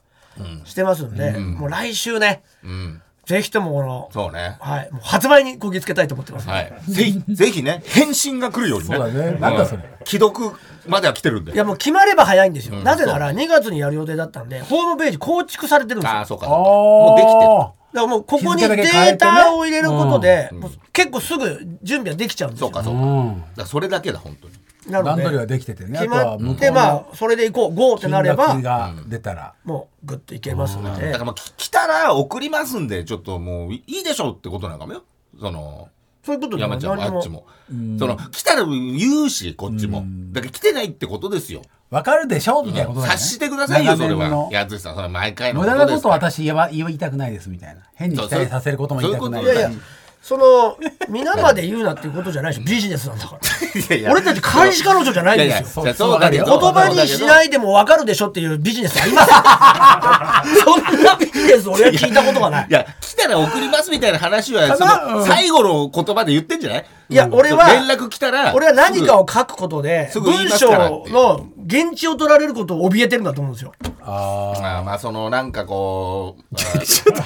Speaker 1: してますんで、もう来週ね、
Speaker 2: がたいようん
Speaker 1: ぜひともこの、
Speaker 2: そうね
Speaker 1: はい、もう発売にこぎつけたいと思ってます、、
Speaker 2: はいいぜひぜひね返信が来るようにね
Speaker 3: そうだねなんだそれ
Speaker 2: うん既読までは来てるんで
Speaker 1: やもう決まれば早いんですよ、
Speaker 2: ん
Speaker 1: なぜなら2月にやる予定だったんでホームページ構築されてるんですよ
Speaker 2: あ
Speaker 1: だ
Speaker 2: あ
Speaker 1: か
Speaker 2: そうか
Speaker 3: ああ。
Speaker 2: そうかもうできてる
Speaker 1: らもうここに
Speaker 3: 日付
Speaker 1: デ
Speaker 3: だけ変えてね
Speaker 1: ータを入れることで、もう結構すぐ準備はできちゃうんです
Speaker 2: そ
Speaker 1: よ
Speaker 2: うかそうか,、
Speaker 3: う
Speaker 2: だか
Speaker 3: ん。
Speaker 2: らそれだけだ本当に
Speaker 1: なの
Speaker 3: 段
Speaker 1: で
Speaker 3: 取りはできててね。
Speaker 1: 決
Speaker 3: あと
Speaker 1: ま
Speaker 3: は向
Speaker 1: っ
Speaker 3: こ
Speaker 1: て
Speaker 3: う
Speaker 1: ま
Speaker 3: の
Speaker 1: あそれでいこう GO ってなれば
Speaker 3: 金額が出たら。
Speaker 1: もうグッといけますの
Speaker 2: だ
Speaker 1: で
Speaker 2: からまあき来たら送りますんでちょっともういいでしょうってことなのかもよその
Speaker 1: そういうことで
Speaker 2: 山ちゃんも
Speaker 1: 何
Speaker 2: あっちもその来たら言うしこっちもだから来てないってことですよ
Speaker 3: わかるでしょみたいなことだよね
Speaker 2: 察してくださいよそれ
Speaker 3: 長年の
Speaker 2: はやつさんそれは毎回の
Speaker 3: 無駄な
Speaker 2: で
Speaker 3: こ
Speaker 2: す
Speaker 3: と
Speaker 2: か
Speaker 3: を
Speaker 2: ら
Speaker 3: 私言わ言いたくないですみたいな変に期
Speaker 2: そう
Speaker 3: 待させることも
Speaker 2: そ
Speaker 3: 言
Speaker 2: う
Speaker 3: い
Speaker 2: いう
Speaker 3: たく
Speaker 2: こ
Speaker 3: ない
Speaker 2: とだ
Speaker 1: いやいやその皆まで言うなっていうことじゃないしビジネスなんだから
Speaker 2: いやいや
Speaker 1: 俺たち彼氏彼女じゃないんですよ
Speaker 2: いやいやそうだけ
Speaker 1: 言
Speaker 2: ど
Speaker 1: 葉にしないでも分かるでしょっていうビジネスあります そんなビジネス俺は聞いたことがない
Speaker 2: いや、来たら送りますみたいな話は、そ
Speaker 1: かなう
Speaker 2: の、
Speaker 1: ん
Speaker 2: 最後の言葉で言ってんじゃない
Speaker 1: いや
Speaker 2: うん
Speaker 1: 俺は
Speaker 2: 連絡来たら、
Speaker 1: 俺は何かを書くことです
Speaker 2: ぐ言い
Speaker 1: 文
Speaker 2: ます
Speaker 1: 章
Speaker 2: からって
Speaker 1: の現地を取られることを怯えてるんだと思うんですよ
Speaker 3: あ
Speaker 2: すぐ。まあまあ、その、なんかこ う、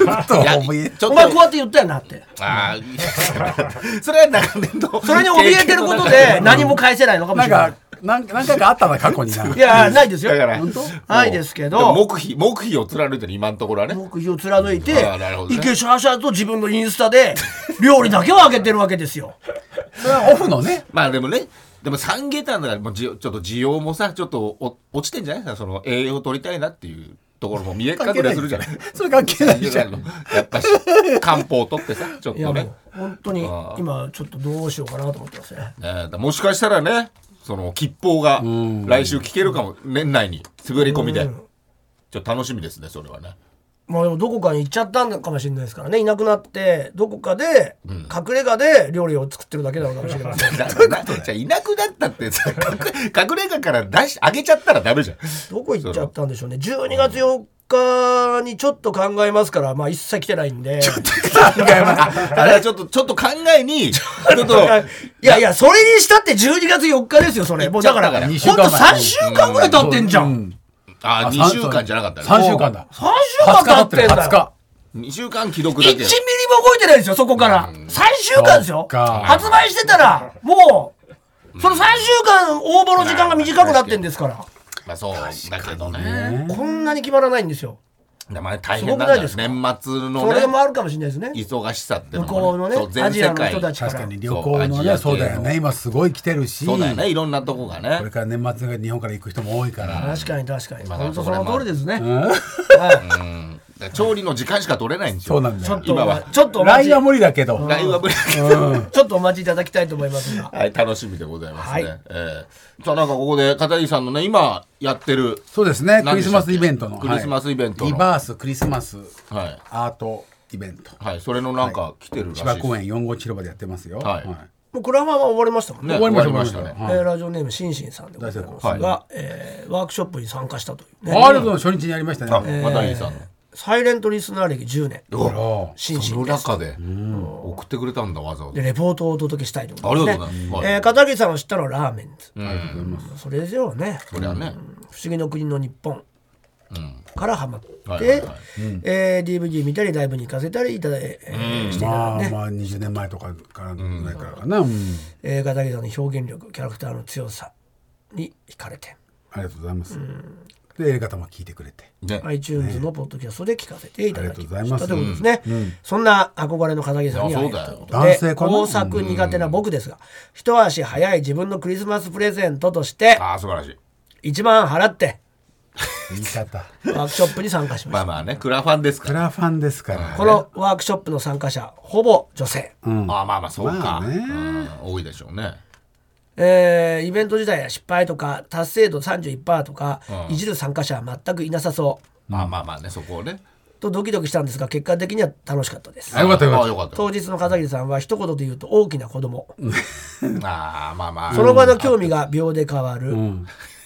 Speaker 3: あ。と
Speaker 2: いや
Speaker 3: 思い
Speaker 2: ちょっ
Speaker 1: お
Speaker 2: と、
Speaker 1: 前こうやって言ったよなって
Speaker 2: ああ、いや それは長年の。
Speaker 1: それに怯えてることで何も返せないのかも
Speaker 3: なん
Speaker 1: しれない
Speaker 3: か、なん何回かあったな、過去にな。
Speaker 1: いやないですよ
Speaker 2: だから、
Speaker 1: ないですけど
Speaker 2: もう黙秘、黙秘を貫いてる、今のところはね。
Speaker 1: 目標を貫いて
Speaker 2: あーなるほどね
Speaker 1: 池シャーシャーと自分のインスタで 料理だけを上げてるわけですよ。
Speaker 3: それはオフのね。
Speaker 2: まあでもね、でも三下段だから、もうじちょっと需要もさ、ちょっとお落ちてんじゃないその、栄養取りたいなっていうところも見え隠れするじゃない
Speaker 3: それ関係ないじゃん。
Speaker 2: やっぱし、漢方取ってさ、ちょっ
Speaker 1: いや
Speaker 2: と
Speaker 1: も
Speaker 2: ね
Speaker 1: う。本当に
Speaker 2: あー
Speaker 1: 今ちょっとどうしようかなと思ってますね。
Speaker 2: えーもしかしたらね、その吉報が来週聞けるかも、年内に滑り込みで。ちょっと楽しみですね、それはね。
Speaker 1: まあでもどこかに行っちゃったのかもしれないですからねいなくなってどこかで隠れ家で料理を作ってるだけなのかもしれま せん。
Speaker 2: だだじゃあいなくなったってさ、隠隠れ家から出し、あげちゃったらダメじゃん。
Speaker 1: どこ行っちゃったんでしょうね。12月4日にちょっと考えますからまあ一切来てないんで。
Speaker 2: あれはちょっと、ちょっと考えに、ちょっと、
Speaker 1: いやいやそれにしたって12月4日ですよそれ。もうだからほ
Speaker 2: 行
Speaker 1: ん
Speaker 2: っ
Speaker 1: と
Speaker 3: ちゃったから
Speaker 1: 3週間ぐらい経ってんじゃ。。
Speaker 3: うん
Speaker 2: あ、2週間じゃなかったね。
Speaker 3: 3週間だ。
Speaker 1: 3週間経ってんだ
Speaker 3: 20
Speaker 1: よ。
Speaker 3: 日。
Speaker 2: 2週間既読
Speaker 1: 1
Speaker 2: だ
Speaker 1: ミリ
Speaker 2: け
Speaker 1: も。動いてないですよ、そこから。最終回です
Speaker 3: そ
Speaker 1: よ
Speaker 3: っ。か
Speaker 1: 発売してたら、もう、その3週間応募の時間が短くなってんですから。
Speaker 2: まあそうだけどね。
Speaker 1: こんなに決まらないんですよ。
Speaker 2: でもね大
Speaker 1: すご
Speaker 2: 変
Speaker 1: く
Speaker 2: な
Speaker 1: なんい
Speaker 2: だよ
Speaker 1: ですか
Speaker 2: 年末
Speaker 1: それ
Speaker 2: のね、
Speaker 1: もあるかもしれないですね。
Speaker 2: 忙しさって
Speaker 1: 向
Speaker 2: のも
Speaker 1: こうの
Speaker 2: そう
Speaker 1: ね、ア
Speaker 2: 全
Speaker 1: ジア
Speaker 2: 世
Speaker 1: の
Speaker 2: 界
Speaker 1: 人たちか。
Speaker 3: 確からに旅行の
Speaker 2: そうアジア系の
Speaker 3: ね、そうだよね。今すごい来てるし。
Speaker 2: そうだよね、
Speaker 3: こ
Speaker 2: いろんなとこがね
Speaker 3: れ。から年末が日本から行く人も多いから。
Speaker 1: 確かに確かに。
Speaker 2: まあ
Speaker 1: 本当その通りですね。
Speaker 3: うん
Speaker 1: は
Speaker 2: うんだから調理の時間しか取れないんですよ。
Speaker 3: そうなん
Speaker 1: い
Speaker 3: だ
Speaker 1: ちょっ
Speaker 3: よ。
Speaker 2: 今
Speaker 1: と
Speaker 2: は、
Speaker 1: ちょっとお待
Speaker 3: LINE
Speaker 1: ち
Speaker 3: は、無理だけど。
Speaker 2: ライブは無理だけど
Speaker 3: うん。
Speaker 1: ちょっとお待ちいただきたいと思いますが。
Speaker 2: はい、楽しみでございますね。
Speaker 1: はい
Speaker 2: ええじゃあなんかここで片桐さんのね、今やってる、
Speaker 3: そうですね。ク
Speaker 2: 何で
Speaker 3: リ
Speaker 2: し
Speaker 3: ス
Speaker 2: たっ
Speaker 3: マ
Speaker 2: け
Speaker 3: スイベントの。
Speaker 2: クリスマスイベントの
Speaker 3: はいリバースクリスマス
Speaker 2: はい、
Speaker 3: アートイベント。
Speaker 2: はい、それのなんか来てるらしい
Speaker 3: 千
Speaker 2: です。
Speaker 3: 葉公園4号広場でやってますよ。
Speaker 2: はい
Speaker 1: もうクラファンは終わりましたもんね。
Speaker 2: ね
Speaker 3: 終わりました終わ
Speaker 2: 終わり
Speaker 3: りました
Speaker 2: ましたね
Speaker 3: はい
Speaker 1: えーラジオネーム、シンシンさんでございます
Speaker 2: 大成功
Speaker 1: が、えーワークショップに参加したというね。
Speaker 3: ワールドの初日にやりましたね。
Speaker 2: あ、
Speaker 3: えー
Speaker 2: 片桐さんの。
Speaker 1: サイレントリスナー歴10年。
Speaker 2: お
Speaker 3: ら
Speaker 1: シンシ
Speaker 2: そ
Speaker 1: ン
Speaker 2: の
Speaker 1: です。
Speaker 2: 中で送ってくれたんだ、わざわざ
Speaker 1: で。レポートをお届けしたいと思います、ね。
Speaker 2: ありがとうございます
Speaker 1: えー片桐さんを知ったのはラーメンズ。
Speaker 3: ありがとうございます。
Speaker 1: それですよね。
Speaker 2: そりゃね。
Speaker 1: 不思議の国の日本
Speaker 2: うん。
Speaker 1: からハマって、
Speaker 2: はいはいはい
Speaker 1: えー DVD 見たりライブに行かせたりいただ、えーしていただ
Speaker 3: ま
Speaker 1: いてね、
Speaker 3: あまあ20年前とかからぐらいからかな。うん
Speaker 1: えー片桐さんの表現力キャラクターの強さに惹かれて
Speaker 3: ありがとうございます。で、エレガタも聞いてくれて。
Speaker 2: ね。
Speaker 1: iTunes のポッドキャストで聞かせていただきま
Speaker 3: あり
Speaker 1: し
Speaker 3: が
Speaker 1: た
Speaker 3: と
Speaker 1: と
Speaker 3: う
Speaker 1: いう
Speaker 3: ご
Speaker 1: こと
Speaker 3: ざい
Speaker 1: で
Speaker 3: ます
Speaker 1: ね、そんな憧れの片桐さんに
Speaker 2: あ
Speaker 1: 会
Speaker 2: そ
Speaker 1: え
Speaker 2: う
Speaker 1: た
Speaker 2: だ
Speaker 1: という
Speaker 2: よ
Speaker 1: ことで
Speaker 3: 男性かな
Speaker 1: 工作苦手な僕ですが一足早い自分のクリスマスプレゼントとして
Speaker 2: ああ、素晴らしい。
Speaker 1: 1万払って
Speaker 3: 言い方。
Speaker 1: ワークショップに参加しま
Speaker 2: ま
Speaker 1: し
Speaker 2: あまあね、クラファンですか
Speaker 3: ク
Speaker 2: ら。
Speaker 3: ラファンですから。
Speaker 1: たこのワークショップの参加者ほぼ女性
Speaker 2: ああ、まあまあ、そう
Speaker 3: ま
Speaker 2: か。
Speaker 3: あ
Speaker 2: う
Speaker 3: ね
Speaker 2: ん多いでしょうね。
Speaker 1: えーイベント自体は失敗とか達成度31%とか、いじる参加者は全くいなさそう
Speaker 2: まあまあまあね、そこをね。
Speaker 1: とドキドキしたんですが結果的には楽しかったです
Speaker 3: あよかったよかった
Speaker 2: ああよかった。
Speaker 1: 当日の片桐さんは一言で言うと大きな子供
Speaker 2: ああ、まあまあ。
Speaker 1: その場の興味が秒で変わる、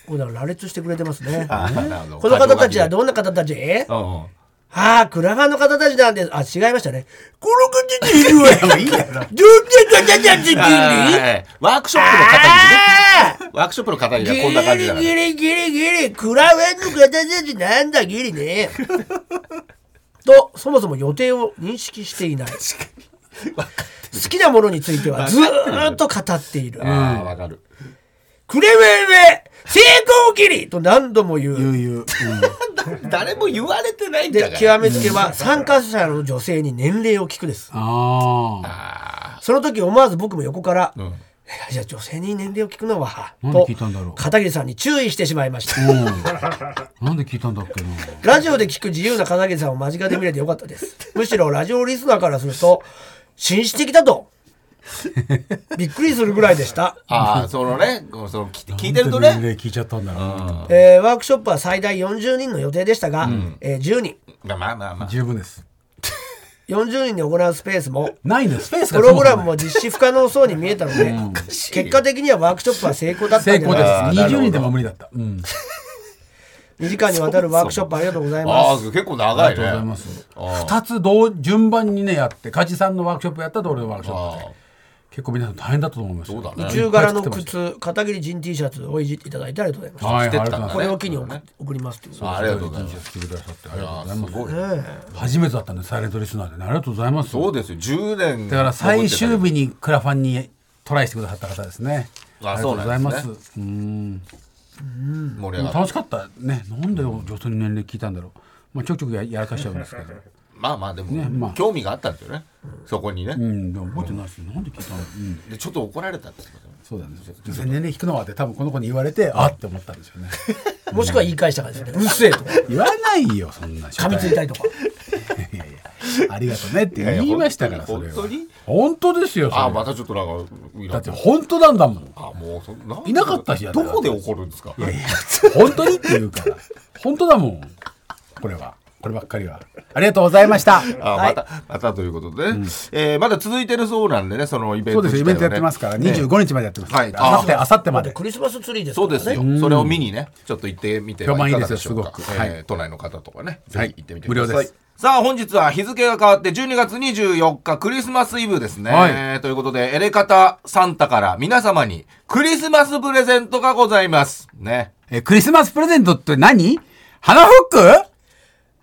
Speaker 1: これだから羅列してくれてますね
Speaker 2: ああなるほど
Speaker 1: この方たちはどんな方たち
Speaker 2: うんうん
Speaker 1: ああ、クラファンの方たちなんで、あ、違いましたね。この方たちいるわ。どんな方たちいる
Speaker 2: はいワークショップの方
Speaker 1: ああ
Speaker 2: にね。ワークショップの方に
Speaker 1: ギ
Speaker 2: はこんな感じだか
Speaker 1: リ
Speaker 2: ら。
Speaker 1: ギリギリギリクラウェンの方たちなんだギリねとそもそも予定を認識していない好きなものについてはずーっと語っている
Speaker 2: ああ、わかる。
Speaker 1: クレウェンウェ成功ギリと何度も言う
Speaker 3: 悠々。
Speaker 2: 誰も言われてないんだ
Speaker 1: で
Speaker 2: から。
Speaker 1: 極めつけは参加者の女性に年齢を聞くです
Speaker 3: あ
Speaker 2: あ
Speaker 1: その時思わず僕も横から「
Speaker 2: ん
Speaker 1: いやじゃあ女性に年齢を聞くのは」
Speaker 3: なんで
Speaker 1: と
Speaker 3: 聞いたんだろう
Speaker 1: 片桐さんに注意してしまいました
Speaker 3: あ。なんで聞いたんだっけな。
Speaker 1: ラジオで聞く自由な片桐さんを間近で見れてよかったです。むしろラジオリスナーからすると、紳士的だと。びっくりするぐらいでした。
Speaker 2: あ。ああ、そのね、こうその聞聞いてると
Speaker 3: なん
Speaker 2: ね。
Speaker 3: で年齢聞いちゃったんだろ
Speaker 1: えーワークショップは最大40人の予定でしたが、えー10人。
Speaker 2: まあまあまあまあ。
Speaker 3: う。十分です。
Speaker 1: 40人で行うスペースも
Speaker 3: ないのよスペースが
Speaker 1: プログラム
Speaker 3: そ
Speaker 1: も実施不可能そうに見えたので、結果的にはワークショップは成功だっ
Speaker 3: もそ
Speaker 1: た
Speaker 3: も
Speaker 1: ん
Speaker 3: 成
Speaker 1: じゃ
Speaker 3: 功
Speaker 1: ないです
Speaker 3: で
Speaker 1: す
Speaker 2: あーなるほど
Speaker 3: 20人でも無理だった、うん、
Speaker 1: 2時間にわたるワークショップありがとうござい
Speaker 2: あ
Speaker 1: ま
Speaker 2: あ
Speaker 1: す。
Speaker 2: 結構
Speaker 3: あ
Speaker 2: 長
Speaker 3: り
Speaker 2: い
Speaker 3: がとうございま
Speaker 2: ね
Speaker 3: す
Speaker 2: あー
Speaker 3: 2つ同順番にねやって梶さんのワークショップやったと俺のワークショップ
Speaker 2: あ
Speaker 3: 結構皆さん大変だったと思いますよ
Speaker 2: そうだね
Speaker 1: 宇宙柄の靴、片桐仁 T シャツをいじっていただいてありがとうございました。
Speaker 3: はい
Speaker 2: して
Speaker 3: あ
Speaker 2: っ
Speaker 3: り
Speaker 2: た
Speaker 3: が
Speaker 2: ん
Speaker 3: とうござい
Speaker 2: だ
Speaker 3: ます
Speaker 1: これを機に送送りますっていうこと
Speaker 2: あありがとうございます
Speaker 3: T シャツ着てくださってありがとうござい
Speaker 2: す
Speaker 3: ます
Speaker 2: ごい
Speaker 3: 初めてだったんでサイレントリスナーでねありがとうございます
Speaker 2: そうですよ10年
Speaker 3: だから最終日にクラファンにトライしてくださった方ですね
Speaker 2: あ
Speaker 3: りがとうございます
Speaker 2: そうなん
Speaker 3: うん
Speaker 2: 盛り上
Speaker 3: でも
Speaker 2: がった
Speaker 3: 楽しかったねなんで女性に年齢聞いたんだろうまあちょくちょくややらかしちゃうんです けど
Speaker 2: まあまあでも、
Speaker 3: ねまあ
Speaker 2: 興味があったんだよねそこにね、
Speaker 3: うんでも覚えてないですよなんで聞いたのうん
Speaker 2: でちょっと怒られたんですけどね
Speaker 3: そうだね女性に年齢聞くのはって多分この子に言われてあって思ったんですよね
Speaker 1: もしくは言い返したからですね。うっせえとか、
Speaker 3: 言わないよそんな
Speaker 1: 噛みついたいとか。
Speaker 3: いやいやありがとうねって
Speaker 2: いやいや
Speaker 3: 言いましたからそ
Speaker 2: 本
Speaker 3: れは
Speaker 2: 当に
Speaker 3: 本当ですよそれ
Speaker 2: ああまたちょっとなんかイ
Speaker 3: だ
Speaker 2: ラ
Speaker 3: っ
Speaker 2: ッ
Speaker 3: て
Speaker 2: と
Speaker 3: 本当なんだもん
Speaker 2: あもうそんん
Speaker 3: いなかった日やった
Speaker 2: どこで怒るんですか
Speaker 3: いやいや、本当にって言うから。本当だもん。これは。こればっかりは。ありがとうございました。
Speaker 2: あまた、またということでね、えーまだ続いてるそうなんでね、そのイベン
Speaker 3: そ
Speaker 2: ト
Speaker 3: うですよ、イベントやってますから、
Speaker 2: ね
Speaker 3: 25日までやってます。
Speaker 2: はい
Speaker 3: あさって、あさってま
Speaker 1: で
Speaker 3: で。
Speaker 1: クリスマスツリーですか
Speaker 2: そ
Speaker 1: ら
Speaker 2: う
Speaker 1: ね。
Speaker 2: ですよ。それを見にね、ちょっと行ってみてはいかがでしょうか。
Speaker 3: 評判いいですよすごくはい
Speaker 2: えー都内の方とかね、
Speaker 3: は
Speaker 2: ぜ
Speaker 3: い
Speaker 2: ひ行ってみてください。
Speaker 3: 無料です
Speaker 2: さあ、本日は日付が変わって12月24日、クリスマスイブですね。
Speaker 3: は
Speaker 2: ということで、エレカタサンタから皆様にクリスマスプレゼントがございます。ね。
Speaker 3: えー、クリスマスプレゼントって何花フック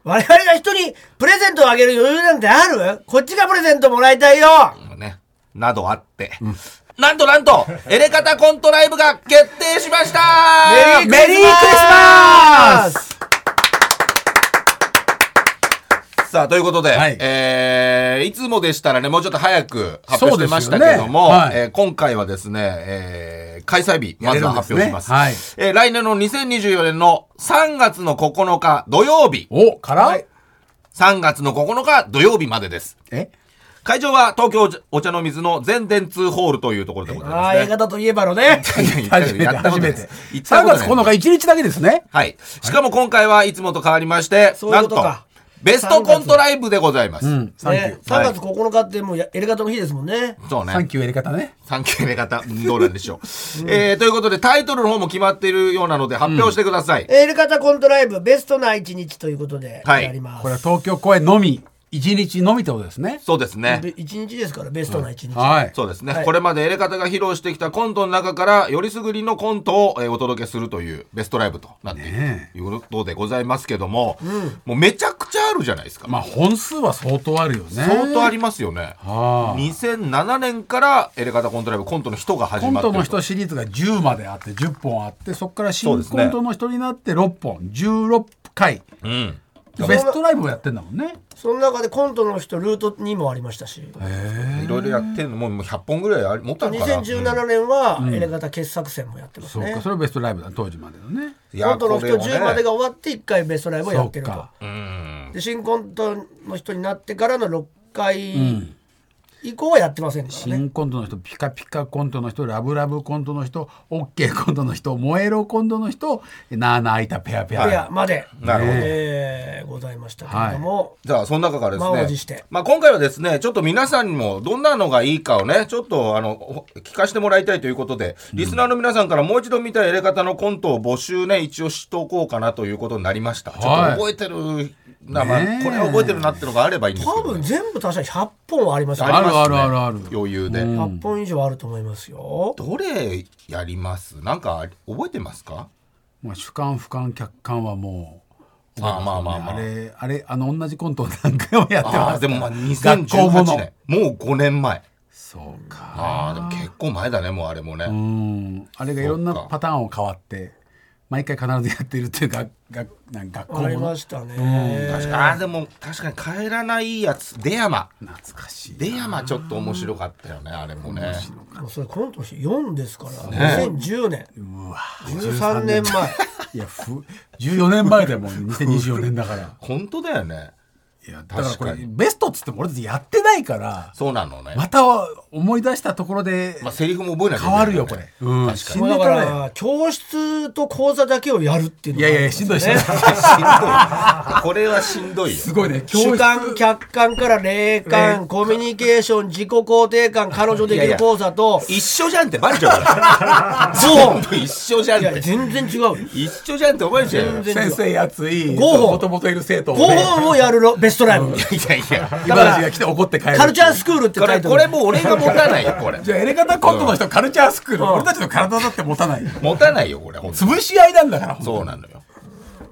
Speaker 1: 我々が人にプレゼントをあげる余裕なんてあるこっちがプレゼントもらいたいよ
Speaker 2: ね。などあって。なんとなんと、エレカタコントライブが決定しました
Speaker 1: メリークリスマス
Speaker 2: さあ、ということで、
Speaker 3: はい
Speaker 2: い、えー、いつもでしたらね、もうちょっと早く発表してましたけども、
Speaker 3: そうですよねはい
Speaker 2: えー今回はですね、えー、開催日、まずは発表します。
Speaker 3: やれるんで
Speaker 2: えー来年の2024年の3月の9日土曜日、
Speaker 3: お、から、
Speaker 2: 3月の9日土曜日までです。
Speaker 3: え
Speaker 2: 会場は東京お茶の水の全電通ホールというところでござい
Speaker 1: あ
Speaker 2: ま
Speaker 1: あ、
Speaker 2: す
Speaker 1: 映
Speaker 2: ね。
Speaker 1: 画だといえばのね。
Speaker 3: 初めて、
Speaker 2: やったことな
Speaker 3: 初め
Speaker 2: いで
Speaker 3: て
Speaker 2: す。行った
Speaker 3: 3
Speaker 2: ことない
Speaker 3: 月9日1日だけですね。
Speaker 2: はい。しかも今回はいつもと変わりまして、
Speaker 1: そうい
Speaker 2: な
Speaker 1: うんこととか、
Speaker 2: ベストコントライブでございます。
Speaker 3: うん、サンキュ
Speaker 1: ね
Speaker 3: ー。
Speaker 1: 3月9日ってもうやエレガトの日ですもんね。
Speaker 2: そうね。
Speaker 3: サンキューやり方ね。
Speaker 2: 3級目方、うんどうなんでしょう。えーということで、タイトルの方も決まっているようなので、発表してください。
Speaker 1: エレガタコントライブベストな一日ということで
Speaker 2: はい
Speaker 1: やります。
Speaker 3: これは東京公演のみ、1日のみってことですね。
Speaker 2: そうですね。
Speaker 1: 1日ですからベストな一日。
Speaker 3: はい。
Speaker 2: そうですね、
Speaker 1: はい
Speaker 2: これまでエレカタが披露してきたコントの中からよりすぐりのコントを、えーお届けするというベストライブとなっている
Speaker 3: ね
Speaker 2: ということでございますけども、もうめちゃくちゃあるじゃないですか、
Speaker 3: まあ本数は相当あるよね。
Speaker 2: 相当ありますよね
Speaker 3: あー
Speaker 2: 2007年からエレカタコントライブコントの人が始
Speaker 3: コン
Speaker 2: まって
Speaker 3: ト
Speaker 2: る
Speaker 3: の
Speaker 2: と
Speaker 3: 人シリーズが10まであって10本あってそこから
Speaker 2: そう
Speaker 3: 新
Speaker 2: です
Speaker 3: コ
Speaker 2: ね
Speaker 3: ントの人になって6本16回
Speaker 2: うん
Speaker 3: ベストライブをやってんだもんね
Speaker 1: その中でコントの人ルート2もありましたし。
Speaker 2: いろいろやってるのもうもう100本ぐらいありもっとあるかな
Speaker 1: 2017年はエレガタ傑作選もやってます
Speaker 3: そう
Speaker 1: ね
Speaker 3: か。それはベストライブだ当時までのね
Speaker 2: い
Speaker 1: コ
Speaker 2: や
Speaker 1: ントの
Speaker 2: こ
Speaker 1: 人
Speaker 2: れをね
Speaker 1: 10までが終わって1回ベストライブをや
Speaker 3: そ
Speaker 1: っ
Speaker 3: う
Speaker 1: てると。
Speaker 3: か
Speaker 2: うん
Speaker 1: で新コントの人になってからの6回以降はやってませんからね。
Speaker 3: 新コントの人ピカピカコントの人ラブラブコントの人オッケーコントの人燃えろコントの人なあなあいたペアペア
Speaker 1: ペアまで、
Speaker 2: なるほど
Speaker 1: えーございましたけれども、
Speaker 2: じゃあその中からですね、
Speaker 1: 満を持して
Speaker 2: まあ、今回はですねちょっと皆さんにもどんなのがいいかをねちょっとあのほ聞かせてもらいたいということでリスナーの皆さんからもう一度見たやり方のコントを募集ね一応しておこうかなということになりました、
Speaker 3: はい
Speaker 2: ちょっと覚えてるな、まあ
Speaker 3: ねえ
Speaker 2: これは覚えてるなってのがあればいいんですけ
Speaker 1: 多
Speaker 2: ど、
Speaker 1: 分全部確かに100本はありますよ。
Speaker 3: あるあるあるある
Speaker 2: 余裕で、
Speaker 1: 100本以上あると思いますよ。
Speaker 2: どれやりますなんか覚えてますか
Speaker 3: まあ主観俯瞰客観はもう
Speaker 2: ああまあまあまあ
Speaker 3: あれあれあの同じコントを何回もやって
Speaker 2: あ
Speaker 3: ま
Speaker 2: あ
Speaker 3: す
Speaker 2: でもまあ
Speaker 3: 学校
Speaker 2: 2018
Speaker 3: もの
Speaker 2: 年もう5年前
Speaker 3: そうか
Speaker 2: ああでも結構前だねもうあれもね、
Speaker 3: うんあれがいろんな
Speaker 2: そうか
Speaker 3: パターンを変わって毎回必ずやってるっていう学学なんか学校
Speaker 1: あり
Speaker 3: も
Speaker 1: ましたね。
Speaker 2: 確かあーでも確かに帰らないやつ出山
Speaker 3: 懐かしい
Speaker 2: 出山ちょっと面白かったよねあれもね
Speaker 1: もうそれコント4ですから、
Speaker 2: ね
Speaker 1: 2010年、
Speaker 3: うわ
Speaker 1: 13年前。
Speaker 3: いやふ14年前だよもう2024年だから
Speaker 2: 本当だよね
Speaker 3: いやだからこれ
Speaker 2: 確かに
Speaker 3: ベストっつっても俺たちやってないから、
Speaker 2: そうなのね。
Speaker 3: また思い出したところで
Speaker 2: まあ、セリフも覚えなきゃいけない
Speaker 3: 変わ
Speaker 2: ら
Speaker 3: る
Speaker 2: ね
Speaker 3: よ、これ。。うん、死ん
Speaker 1: もう
Speaker 3: で
Speaker 1: だ
Speaker 3: た
Speaker 1: からら、教室と講座だけをやるっていうの
Speaker 3: い
Speaker 1: が
Speaker 3: やいや、しんどいしんどい。
Speaker 2: これはしんどいよ。
Speaker 3: すごいね、教
Speaker 1: 主
Speaker 3: 室。
Speaker 1: 観客観から霊感、コミュニケーション自己肯定感彼女できる講座と
Speaker 2: 一緒じゃんってバレちゃう から。
Speaker 1: そう
Speaker 2: 全部一緒じゃん
Speaker 1: いや
Speaker 2: って。
Speaker 1: 全然違うよ
Speaker 2: 一緒じゃんって覚えちゃうよ。
Speaker 1: 全然違
Speaker 3: 先
Speaker 1: う
Speaker 3: 生やつい、
Speaker 1: ゴーホン
Speaker 3: もともといる生徒を
Speaker 1: 5
Speaker 3: ね、
Speaker 1: 本をやるロベストライブ
Speaker 2: いやいや。
Speaker 3: 今たちが来て怒って帰るっていう。
Speaker 1: カルチャースクールって
Speaker 2: こ
Speaker 1: タ
Speaker 2: れ、
Speaker 1: イト
Speaker 2: こ
Speaker 1: ル
Speaker 2: れもう俺が持たないよ、こ れ。
Speaker 3: じゃあ、エレガタコントの人、カルチャースクール、俺たちの体だって持たないよ。
Speaker 2: 持たないよ、これ、ほんと
Speaker 3: 潰し合いなんだから、ほんと
Speaker 2: そうなのよ。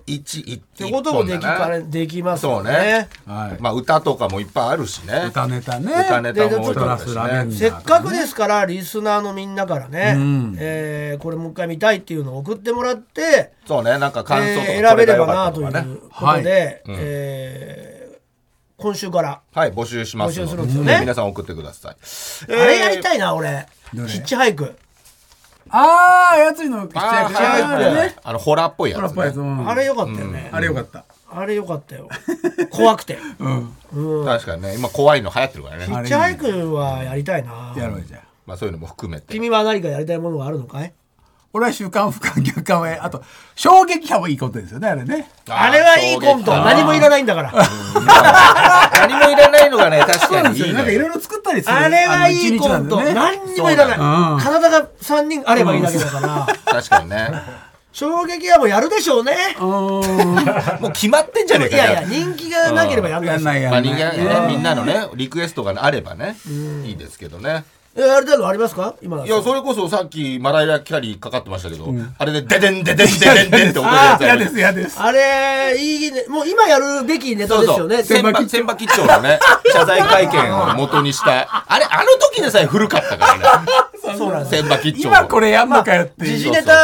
Speaker 2: 一、一、
Speaker 1: って
Speaker 2: 一
Speaker 1: こともで
Speaker 2: 本
Speaker 1: き
Speaker 2: だ
Speaker 1: か
Speaker 2: な
Speaker 1: らできます
Speaker 2: そう
Speaker 1: よ
Speaker 2: ね
Speaker 1: ね。
Speaker 3: はい
Speaker 2: まあ、歌とかもいっぱいあるしね。
Speaker 3: 歌ネタね。
Speaker 2: 歌ネタも多い
Speaker 3: ストラスラメン
Speaker 1: せっかくですからリスナーのみんなからね、えーこれもう一回見たいっていうのを送ってもらって、
Speaker 2: そうね、なんか感想とか、
Speaker 1: えー選べればな
Speaker 2: こと
Speaker 1: い
Speaker 2: れが
Speaker 1: う
Speaker 2: 良かったかね
Speaker 1: ことで、えー今週から
Speaker 2: はい、募集しますの
Speaker 1: 募集するんですよ
Speaker 2: で
Speaker 1: ね
Speaker 2: 皆さん送ってください。あ
Speaker 1: あれやりたいな俺ヒ
Speaker 3: どれ
Speaker 1: ッチハイク
Speaker 3: あー、やついの口ち
Speaker 2: あー
Speaker 3: ゃく
Speaker 2: はい
Speaker 3: あ
Speaker 1: は
Speaker 3: れ
Speaker 1: い
Speaker 2: は
Speaker 1: はい
Speaker 3: ね。
Speaker 2: あの、ホラーっぽいや
Speaker 3: ほら、
Speaker 2: つ
Speaker 3: パイ
Speaker 2: ね。
Speaker 3: ソン。
Speaker 1: あれよかったよね、
Speaker 3: あれよかった。
Speaker 1: あれよかったよ怖くて
Speaker 2: 確かにね、今怖いの流行ってるから
Speaker 1: ヒ
Speaker 2: ね。
Speaker 1: ッチハイクはやりたいな
Speaker 3: やろうじゃん。
Speaker 2: まあ、そういうのも含めて。
Speaker 1: 君は何かやりたいものがあるのかい
Speaker 3: 俺は習慣、不慣、逆慣は、あと、衝撃波もいいことですよね、あれね。
Speaker 1: あれはいいコント
Speaker 2: あー
Speaker 1: 何もいらないんだから
Speaker 2: 何もいらないのがね、確かにいい
Speaker 3: なん
Speaker 2: の
Speaker 3: かい
Speaker 2: よ。
Speaker 3: ろいろ作ったりする。
Speaker 1: あれはい
Speaker 3: あの一
Speaker 1: い
Speaker 3: 日
Speaker 1: コ
Speaker 3: なん
Speaker 1: ン
Speaker 3: で
Speaker 1: ト
Speaker 3: ね
Speaker 1: 何にもいらない
Speaker 3: うん
Speaker 1: 体が3人あればいいだけだから
Speaker 2: 確かにね。
Speaker 1: 衝撃はもうやるでしょうね
Speaker 2: もう決まってんじゃねえ
Speaker 1: い
Speaker 2: かよ。
Speaker 1: やいや人気がなければや
Speaker 3: うんん
Speaker 1: ない
Speaker 3: やんないやん
Speaker 2: ま
Speaker 3: な
Speaker 2: あ
Speaker 3: い。
Speaker 2: 人間ね、みんなのね、リクエストがあればね、いいですけどね。
Speaker 1: えやりたいのありますか今だと
Speaker 2: いや、それこそさっきマライラ・キャリーかかってましたけど、あれでデデンデデンデデンデンって音
Speaker 1: あー
Speaker 2: や
Speaker 3: 嫌
Speaker 2: る
Speaker 3: です、嫌です。
Speaker 1: あれいいねもう今やるべきネタ
Speaker 2: そう
Speaker 1: で
Speaker 2: そ
Speaker 1: すよ
Speaker 2: う。
Speaker 1: ね
Speaker 2: 千葉千葉吉兆のね、謝罪会見を元にした。あれ、あの時でさえ古かったから ね。
Speaker 1: そうなんです
Speaker 2: 千葉吉兆。
Speaker 3: 今これやんのかよって
Speaker 1: 時
Speaker 3: いう。
Speaker 1: 事ネタ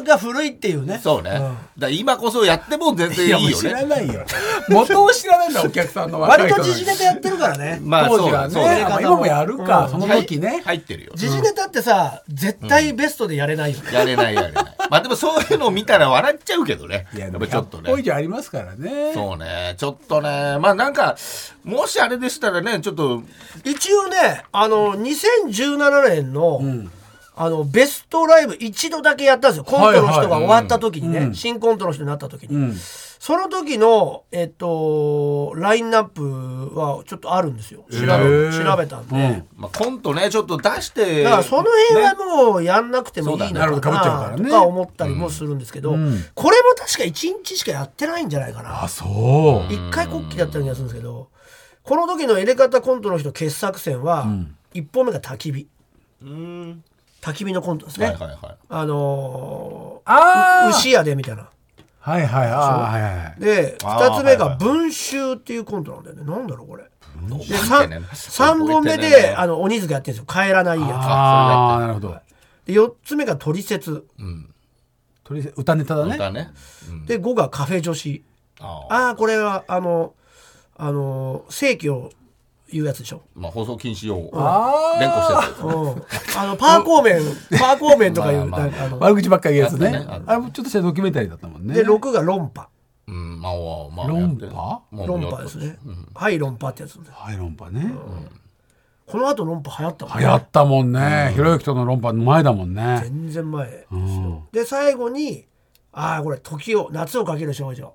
Speaker 1: が古いっていうね
Speaker 2: そうね。だから今こそやっても全
Speaker 3: いや、
Speaker 2: 然い
Speaker 3: も
Speaker 2: いうよ
Speaker 3: 知ら
Speaker 2: ね。
Speaker 3: ないよ。元を知らないんだ、お客さんの若い
Speaker 1: 割
Speaker 3: 人
Speaker 1: と
Speaker 3: なのに
Speaker 1: 時事ネタやってるからね
Speaker 2: まあ、
Speaker 3: 当
Speaker 2: そ
Speaker 3: 時
Speaker 2: う
Speaker 3: は
Speaker 2: だ、
Speaker 3: ね。
Speaker 2: そうだ。
Speaker 3: まあ今もやるか、
Speaker 1: うん
Speaker 3: その時ね。
Speaker 2: 入ってるよ。
Speaker 1: 時事ネタってさ絶対ベストでやれないよね
Speaker 2: やれないやれない。まあでもそういうのを見たら笑っちゃうけどね。
Speaker 3: いや、
Speaker 2: やっ
Speaker 3: で
Speaker 2: ぱ
Speaker 3: も
Speaker 2: ちょっとね
Speaker 3: 100。本以上ありますからね。
Speaker 2: そうね。ちょっとね。まあなんか、もしあれでしたらね、ちょっと、
Speaker 1: 一応ねあの2017年の、あのベストライブ一度だけやったんですよコントの人が終わった時にね、新コントの人になった時に、その時のえっとラインナップはちょっとあるんですよ調べ,、調べたんで、
Speaker 2: まあ、コントね、ちょっと出して。
Speaker 1: だからその辺は
Speaker 2: ね
Speaker 1: もうやんなくてもいいの
Speaker 2: そう
Speaker 3: だねなるほど
Speaker 1: か
Speaker 3: 被っちゃうか
Speaker 1: な
Speaker 3: ら
Speaker 1: と
Speaker 3: ね
Speaker 1: か思ったりもするんですけど、これも確か1日しかやってないんじゃないかな
Speaker 3: あ、そう。
Speaker 1: 一回国旗だったような気がするんですけどこの時のエレガタコントの人傑作選は一本目が焚き火焚き火のコントですね、
Speaker 2: はいはいはい。
Speaker 1: あのー、
Speaker 3: ああ
Speaker 1: 牛やでみたいな
Speaker 3: はいはい、ああ、はいはいはい。
Speaker 1: で
Speaker 2: あー
Speaker 1: 2つ目
Speaker 2: はいは
Speaker 1: が
Speaker 2: い
Speaker 1: 文集っていうコントなんだよねなんだろうこれで
Speaker 2: 覚えてね
Speaker 1: 3, 本目
Speaker 2: 覚えてね
Speaker 1: であの鬼塚やってるんですよ帰らないや
Speaker 3: ああ、なるほど。
Speaker 1: つで4つ目が取説
Speaker 3: とりあえず歌ネタだね。
Speaker 2: 歌ね。うん
Speaker 1: で5がカフェ女子
Speaker 2: ああ。
Speaker 1: ああこれはあのあの正規を言うやつでしょ
Speaker 2: まあ放送禁止用語。
Speaker 3: ああ
Speaker 2: 連呼してるやつ
Speaker 1: うんあのパーコーメン、パーコーメンとかいう、
Speaker 2: まあまあ
Speaker 1: な
Speaker 2: まあ
Speaker 1: んかあの
Speaker 3: 悪口ばっかり言うやつね。
Speaker 2: あったね
Speaker 3: あれもちょっとしたドキュメンタリーだったもんね。
Speaker 1: で6が論破
Speaker 2: うん、まあ、まあ、
Speaker 3: 論破
Speaker 2: やってもう
Speaker 1: 論破ですね、はい論破ってやつです
Speaker 3: はい、論破ね。
Speaker 1: この後論破流行ったもん
Speaker 3: 流行ったもんね。ひろゆきとの論破の前だもんね。
Speaker 1: 全然前ですよで最後にああこれ時を夏をかける少女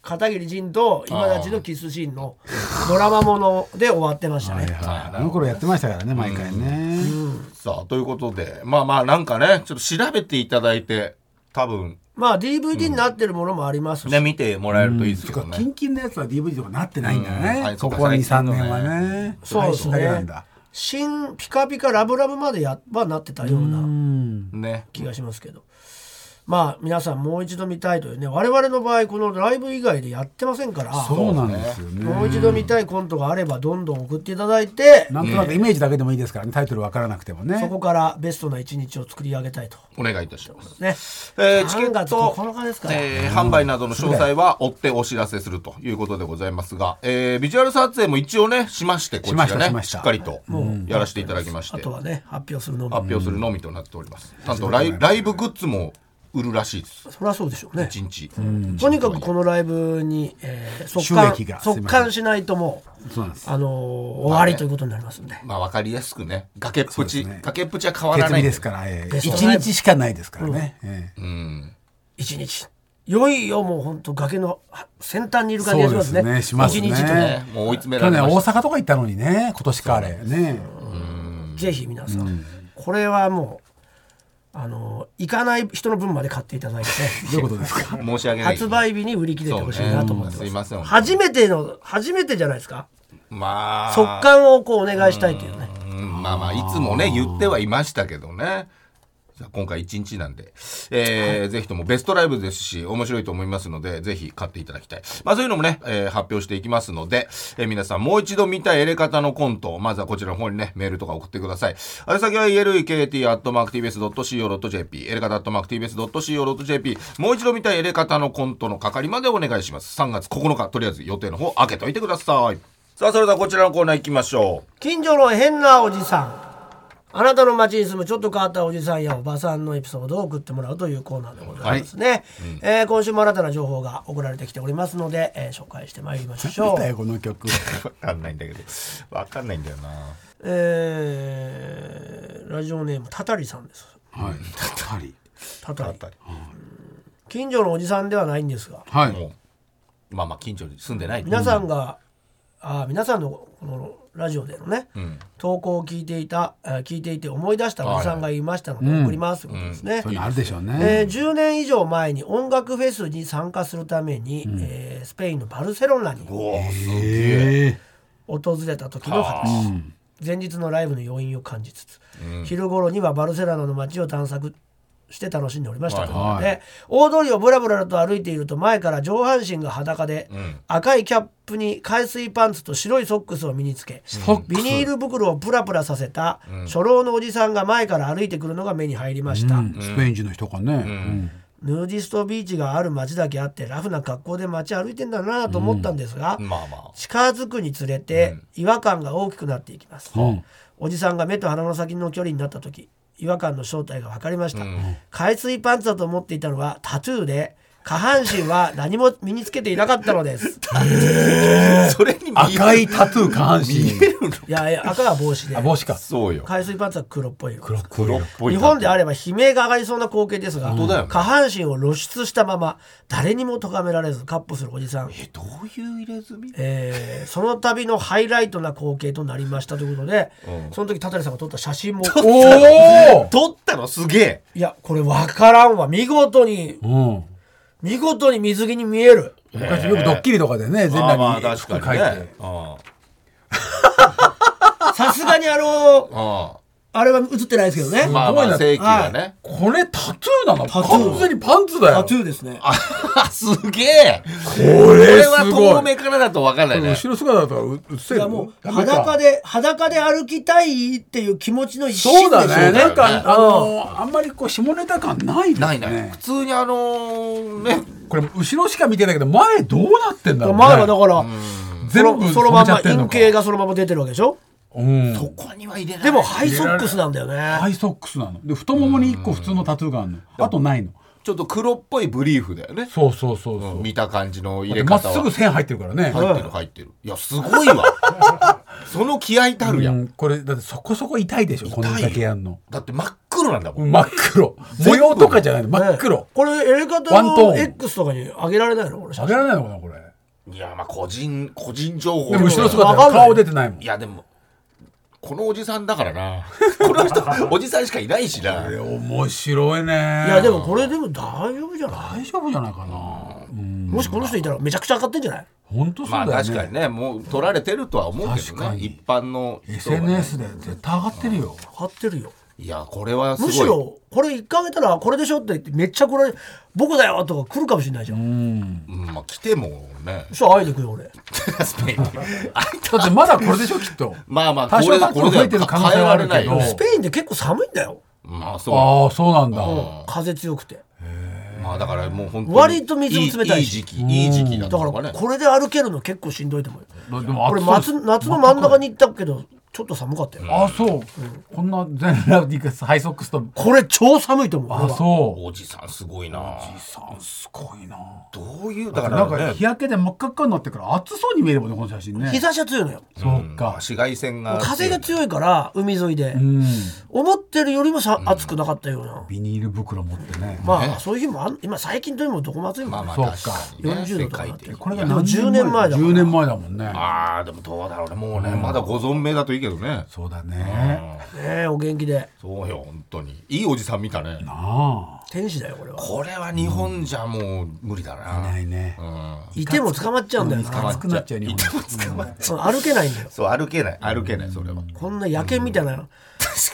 Speaker 1: 片桐仁と今立ちのキスシーンのドラマもので終わってましたね、
Speaker 3: あの頃やってましたからね、毎回ね。
Speaker 2: さあ、ということで、まあまあ、なんかね、ちょっと調べていただいて、多分、
Speaker 1: まあ DVD になってるものもありますし、
Speaker 2: ね、見てもらえるといいですけ
Speaker 3: そ
Speaker 2: ど
Speaker 3: っか、キ
Speaker 2: ね。
Speaker 3: ンキンのやつは DVD とかなってないんだ
Speaker 2: うんはい
Speaker 3: ね。
Speaker 2: そっ
Speaker 3: こ
Speaker 2: か
Speaker 3: こは2、3
Speaker 2: 最近のね
Speaker 3: 年はね。
Speaker 1: そうです
Speaker 3: 配信だけな
Speaker 1: ね
Speaker 3: んだ。
Speaker 1: 新ピカピカラブラブまでやはなってたような
Speaker 3: うん。
Speaker 2: ね。
Speaker 1: 気がしますけど、まあ皆さんもう一度見たいというね我々の場合このライブ以外でやってませんから
Speaker 3: そうなんですよね。
Speaker 1: もう一度見たいコントがあればどんどん送っていただいて、
Speaker 3: なんとなくイメージだけでもいいですからね、タイトルわからなくても
Speaker 1: そ
Speaker 3: ね。
Speaker 1: こからベストな一日を作り上げたいと。
Speaker 2: お願いいたします。
Speaker 1: ね、
Speaker 2: えーチ
Speaker 1: 3
Speaker 2: ケッ
Speaker 1: 月
Speaker 2: ト、
Speaker 1: 9日ですから、
Speaker 2: えー販売などの詳細は追ってお知らせするということでございますが、えービジュアル撮影も一応ね、しまして、こち
Speaker 3: し
Speaker 2: ら
Speaker 3: ましたし
Speaker 2: ね、
Speaker 3: ま
Speaker 2: し
Speaker 3: した
Speaker 2: っかりとやらせていただきまし
Speaker 1: あ
Speaker 2: て、
Speaker 1: と
Speaker 2: 発
Speaker 1: はね発表するのも
Speaker 2: 表するのみとなっております。なんとライライブグッズも売るらしいです。
Speaker 1: そりゃそうでしょうね
Speaker 2: 一日。
Speaker 1: とにかくこのライブに、えー、速
Speaker 3: 収益
Speaker 1: 感
Speaker 3: が
Speaker 1: 速感しないともう
Speaker 3: そうなんです
Speaker 1: あのー終わりということになりますんで、
Speaker 2: まあわかりやすくね。崖っぷ
Speaker 3: そうで
Speaker 2: ち、
Speaker 3: すね
Speaker 2: 崖っぷちは変わら
Speaker 3: 決
Speaker 2: ない。
Speaker 3: 意ですから、ええ
Speaker 1: ベス
Speaker 3: 一
Speaker 1: トライブ
Speaker 3: 日しかないですからね。ええ
Speaker 2: うん。
Speaker 1: 一日いよいよもう本当崖の先端にいる感じがしますね
Speaker 3: そうですねしますね
Speaker 1: 一日と
Speaker 3: え
Speaker 1: ね
Speaker 2: ねもう追い詰めら
Speaker 3: 去
Speaker 2: れ
Speaker 3: 年
Speaker 2: ま
Speaker 3: 大
Speaker 2: した。
Speaker 3: 阪とか行ったのにね、今年かあれ。ね。
Speaker 1: ぜひ皆さん、これはもうあのー行かない人の分まで買っていただいて
Speaker 3: どういうことですか
Speaker 2: 申し訳ない。
Speaker 1: 発売日に売り切れてほしいなと思ってます,、
Speaker 2: そうねうんすいません
Speaker 1: 初めての初めてじゃないですか
Speaker 2: まあ。
Speaker 1: 速感をこうお願いしたいというね
Speaker 2: うんまあまあ、いつもね、言ってはいましたけどね。じゃあ今回1日なんで、えーぜひともベストライブですし、面白いと思いますので、ぜひ買っていただきたい。まあそういうのもね、えー発表していきますので、えー皆さんもう一度見たいエレカタのコント、まずはこちらの方にね、メールとか送ってください。あれ先は elekt.mactvs.co.jp、エレカタ .mactvs.co.jp、もう一度見たいエレカタのコントの係までお願いします。3月9日、とりあえず予定の方開けといてください。さあ、それではこちらのコーナー行きましょう。
Speaker 1: 近所の変なおじさんあなたの街に住むちょっと変わったおじさんやおばさんのエピソードを送ってもらうというコーナーでございますね、えー今週も新たな情報が送られてきておりますので、えー紹介してまいりましょ
Speaker 3: 見た
Speaker 1: う
Speaker 3: よ、この曲。
Speaker 2: わかんないんだけど。わかんないんだよな。
Speaker 1: えーラジオネームたたりさんです
Speaker 3: はい。たたり。
Speaker 1: たたり
Speaker 2: たり。
Speaker 1: 近所のおじさんではないんですが
Speaker 3: は
Speaker 2: も
Speaker 3: い。
Speaker 2: う、まあまあ、近所に住んでない。
Speaker 1: 皆さんが、あー皆さんのこのラジオでのね、
Speaker 2: うん。
Speaker 1: 投稿を聞いていたあー聞いていて思い出したおじさんがいましたので、
Speaker 3: はいはい
Speaker 1: 送りますということですね、
Speaker 3: そういうのあるでしょう
Speaker 1: えー
Speaker 3: ね。
Speaker 1: 10年以上前に音楽フェスに参加するために、えースペインのバルセロナに
Speaker 2: おお、すげえ。
Speaker 3: え
Speaker 1: 訪れた時の
Speaker 3: え。う
Speaker 1: 話
Speaker 3: ん。
Speaker 1: 前日のライブの余韻を感じつつ、
Speaker 2: うん
Speaker 1: 昼頃にはバルセロナの街を探索して楽しんでおりましたということで、
Speaker 3: はいは
Speaker 1: 大通りをぶらぶらと歩いていると前から上半身が裸で、
Speaker 2: うん
Speaker 1: 赤いキャップに海水パンツと白いソックスを身につけ
Speaker 3: ックス
Speaker 1: ビニール袋をプラプラさせた初老のおじさんが前から歩いてくるのが目に入りました、
Speaker 3: うんスペイン人の人かね。うん
Speaker 1: ヌーディストビーチがある街だけあってラフな格好で街歩いてんだなと思ったんですが、
Speaker 2: まあまあ。
Speaker 1: 近づくにつれて違和感が大きくなっていきます、
Speaker 3: うん
Speaker 1: おじさんが目と鼻の先の距離になった時違和感の正体が分かりました、海水パンツだと思っていたのはタトゥーで下半身は何も身につけていなかったのです
Speaker 2: それに見
Speaker 3: 赤
Speaker 2: える。
Speaker 3: いタトゥー下半身。
Speaker 1: いやいや赤が帽子で
Speaker 3: あ、帽子か。
Speaker 2: そうよ。
Speaker 1: 海水パンツは黒っぽい色
Speaker 3: 黒っぽい
Speaker 2: 黒っぽい。
Speaker 1: 日本であれば悲鳴が上がりそうな光景ですが、
Speaker 2: 本当だよね
Speaker 1: 下半身を露出したまま誰にも咎められずカップするおじさん、
Speaker 2: え、どういう入れ墨
Speaker 1: えーその度のハイライトな光景となりましたということで、
Speaker 2: うん
Speaker 1: その時たたりさんが撮った写真も
Speaker 3: お
Speaker 2: 取ったのすげえ。
Speaker 1: いやこれ分からんわ見事に
Speaker 3: お。うん。
Speaker 1: 見事に水着に見え る
Speaker 3: 昔よくドッキリとかでね、全
Speaker 2: まあま
Speaker 3: 裸
Speaker 2: あ、
Speaker 3: に
Speaker 2: 確か
Speaker 3: 服書
Speaker 2: に
Speaker 3: い
Speaker 2: ね
Speaker 3: て。。
Speaker 2: あ
Speaker 1: さすがにあの
Speaker 2: あ。
Speaker 1: あれは映ってないですけどね、
Speaker 2: まあまあ、正規が
Speaker 1: は
Speaker 2: ね。
Speaker 3: これタトゥーなの
Speaker 1: タトゥー
Speaker 3: 完全にパンツだよ。
Speaker 1: タトゥーですね
Speaker 2: あすげえ。
Speaker 3: こ
Speaker 2: これ
Speaker 3: れ
Speaker 2: は
Speaker 3: すご
Speaker 2: 遠
Speaker 3: い。
Speaker 2: 目からだとわかんないね。
Speaker 3: 後ろ姿だったらううっせ
Speaker 1: い
Speaker 3: え
Speaker 1: やもう裸で裸で歩きたいっていう気持ちの一
Speaker 3: そう
Speaker 1: 心でしょ
Speaker 3: だね。なん
Speaker 2: そうだよね
Speaker 3: か、あの、あんまりこう、下ネタ感ないですね。
Speaker 2: ないない。普通にあのー、ね。
Speaker 3: これ、後ろしか見てないけど、前どうなってんだろうね。
Speaker 1: 前はだから、そ
Speaker 3: 全
Speaker 1: の
Speaker 3: 部
Speaker 1: そのまんま陰
Speaker 3: 染めちゃって
Speaker 1: 茎
Speaker 3: んのか
Speaker 1: がそのまま出てるわけでしょ
Speaker 3: うん。
Speaker 2: ここには入れない。
Speaker 1: でもハイソックスなんだよ
Speaker 3: ハ
Speaker 1: ね
Speaker 3: イソックスなの。で、太ももに一個普通のタトゥーがあるの。あとないの。
Speaker 2: ちょっと黒っぽいブリーフだよね。
Speaker 3: そうそうそうそう。
Speaker 2: 見た感じの入れ
Speaker 3: まっ
Speaker 2: 方は。
Speaker 3: すぐ線入ってるからね。
Speaker 2: 入ってる入ってるいやすごいわ その気合いたるやん、
Speaker 3: うんこれ、だってそこそこ痛いでしょ、このだけやんの。
Speaker 2: だって真っ黒なんだもん、
Speaker 3: 真っ黒。模様とかじゃないの、真っ
Speaker 1: ね
Speaker 3: 黒。
Speaker 1: これエレカ
Speaker 3: ワ
Speaker 1: タ
Speaker 3: ントー
Speaker 1: の
Speaker 3: ン
Speaker 1: X とかに上げられないのこれ写
Speaker 3: 喋
Speaker 1: 真
Speaker 3: られないのかな、これ。
Speaker 2: いやまあ個人個人情報
Speaker 3: でも後ろ
Speaker 1: わ
Speaker 3: 姿
Speaker 1: かんない
Speaker 3: 顔出てないもん
Speaker 2: い。やでもこのおじさんだからな この人おじさんしかいないしな
Speaker 3: これ面白いね。
Speaker 1: いやでもこれでも大丈夫じゃない
Speaker 3: 大丈夫じゃないかな。うん。
Speaker 1: もしこの人いたらめちゃくちゃ上がってんじゃない
Speaker 3: 本当そうだ
Speaker 2: ま
Speaker 3: よ
Speaker 2: あ
Speaker 3: ね。
Speaker 2: 確かにねもう取られてるとは思うけど
Speaker 3: 確か
Speaker 2: ね
Speaker 3: に
Speaker 2: 一般の人はね
Speaker 3: SNS で絶対上がってるよ。
Speaker 1: 上がってるよ
Speaker 2: いやこれはすごい
Speaker 1: むしろこれ一回上げたらこれでしょって言ってめっちゃこれ僕だよとか来るかもしれないじゃん、
Speaker 3: うん。
Speaker 2: うんまあ来てもね
Speaker 1: そしたら会いに行くよ俺
Speaker 2: スペインに あい
Speaker 3: だってまだこれでしょ、きっ と。
Speaker 2: まあまあ
Speaker 3: 多
Speaker 2: これ
Speaker 3: 少
Speaker 2: だ
Speaker 3: パン
Speaker 2: こ
Speaker 3: ツも
Speaker 2: れ
Speaker 3: 増え
Speaker 2: だ
Speaker 3: てる
Speaker 2: よ
Speaker 3: 可能性
Speaker 2: 変え
Speaker 3: はあ
Speaker 2: られ
Speaker 3: る
Speaker 2: ない
Speaker 3: け
Speaker 2: よ
Speaker 3: ど。
Speaker 1: スペインで結構寒いんだよ
Speaker 2: まあそう
Speaker 3: ああ、そうなんだ。
Speaker 1: 風強くて
Speaker 2: まあだからもう本当に
Speaker 1: 割と水も冷たいし
Speaker 2: いい時期いい時期だっ
Speaker 1: だ
Speaker 2: た
Speaker 1: か
Speaker 2: のかね
Speaker 1: らこれで歩けるの結構しんどいと思うよ
Speaker 3: でも
Speaker 1: 俺
Speaker 3: 暑そ
Speaker 1: 夏
Speaker 3: う
Speaker 1: 夏の真ん中に行ったけどちょっと寒かったよ。
Speaker 3: あそう、こんな全裸にハイソックスと
Speaker 1: これ超寒いと思う。
Speaker 3: あ
Speaker 1: 俺は
Speaker 3: そう
Speaker 2: おじさんすごいな
Speaker 3: おじさんすごいな
Speaker 2: どういうだか
Speaker 3: なん
Speaker 2: ら
Speaker 3: か
Speaker 2: ね
Speaker 3: 日焼けで真っ赤っかになってから暑そうに見えるもんねこの写真ね
Speaker 1: 日差しは強いのよ。
Speaker 3: そう
Speaker 2: まあ
Speaker 3: か
Speaker 2: 紫外線が
Speaker 1: 風が強いから、海沿いで
Speaker 3: う。ん
Speaker 1: 思ってるよりもさ暑くなかったような。
Speaker 3: ビニール袋持ってね
Speaker 1: まあ、そういう日もあん、今最近というのもどこも暑いも
Speaker 2: まあ
Speaker 1: んね
Speaker 2: まあ
Speaker 3: そうか
Speaker 2: 確かにね
Speaker 1: 40
Speaker 2: 世
Speaker 1: 度とか
Speaker 2: 界
Speaker 1: なって
Speaker 2: 的に
Speaker 3: これが
Speaker 1: でも
Speaker 3: 何
Speaker 1: 10年前だから
Speaker 3: 10年前だもんね
Speaker 2: ああでもどうだろうねもうねまだご存命だといいけどね
Speaker 3: そうだね
Speaker 1: ねえ、お元気で。
Speaker 2: そうよ本当にいいおじさん見たね
Speaker 3: あ
Speaker 1: 天使だよ、これは。
Speaker 2: これは日本じゃもう無理だ
Speaker 3: あ
Speaker 2: ない
Speaker 3: ないね
Speaker 2: うん
Speaker 1: いても捕まっちゃうんだよな。
Speaker 3: 暑くなっちゃう日
Speaker 2: い
Speaker 3: 本
Speaker 2: ても捕まっちゃ
Speaker 1: そう歩けないんだよ
Speaker 2: う。そう歩けない歩けないそれは
Speaker 1: こんな野犬みたいな、
Speaker 2: 確か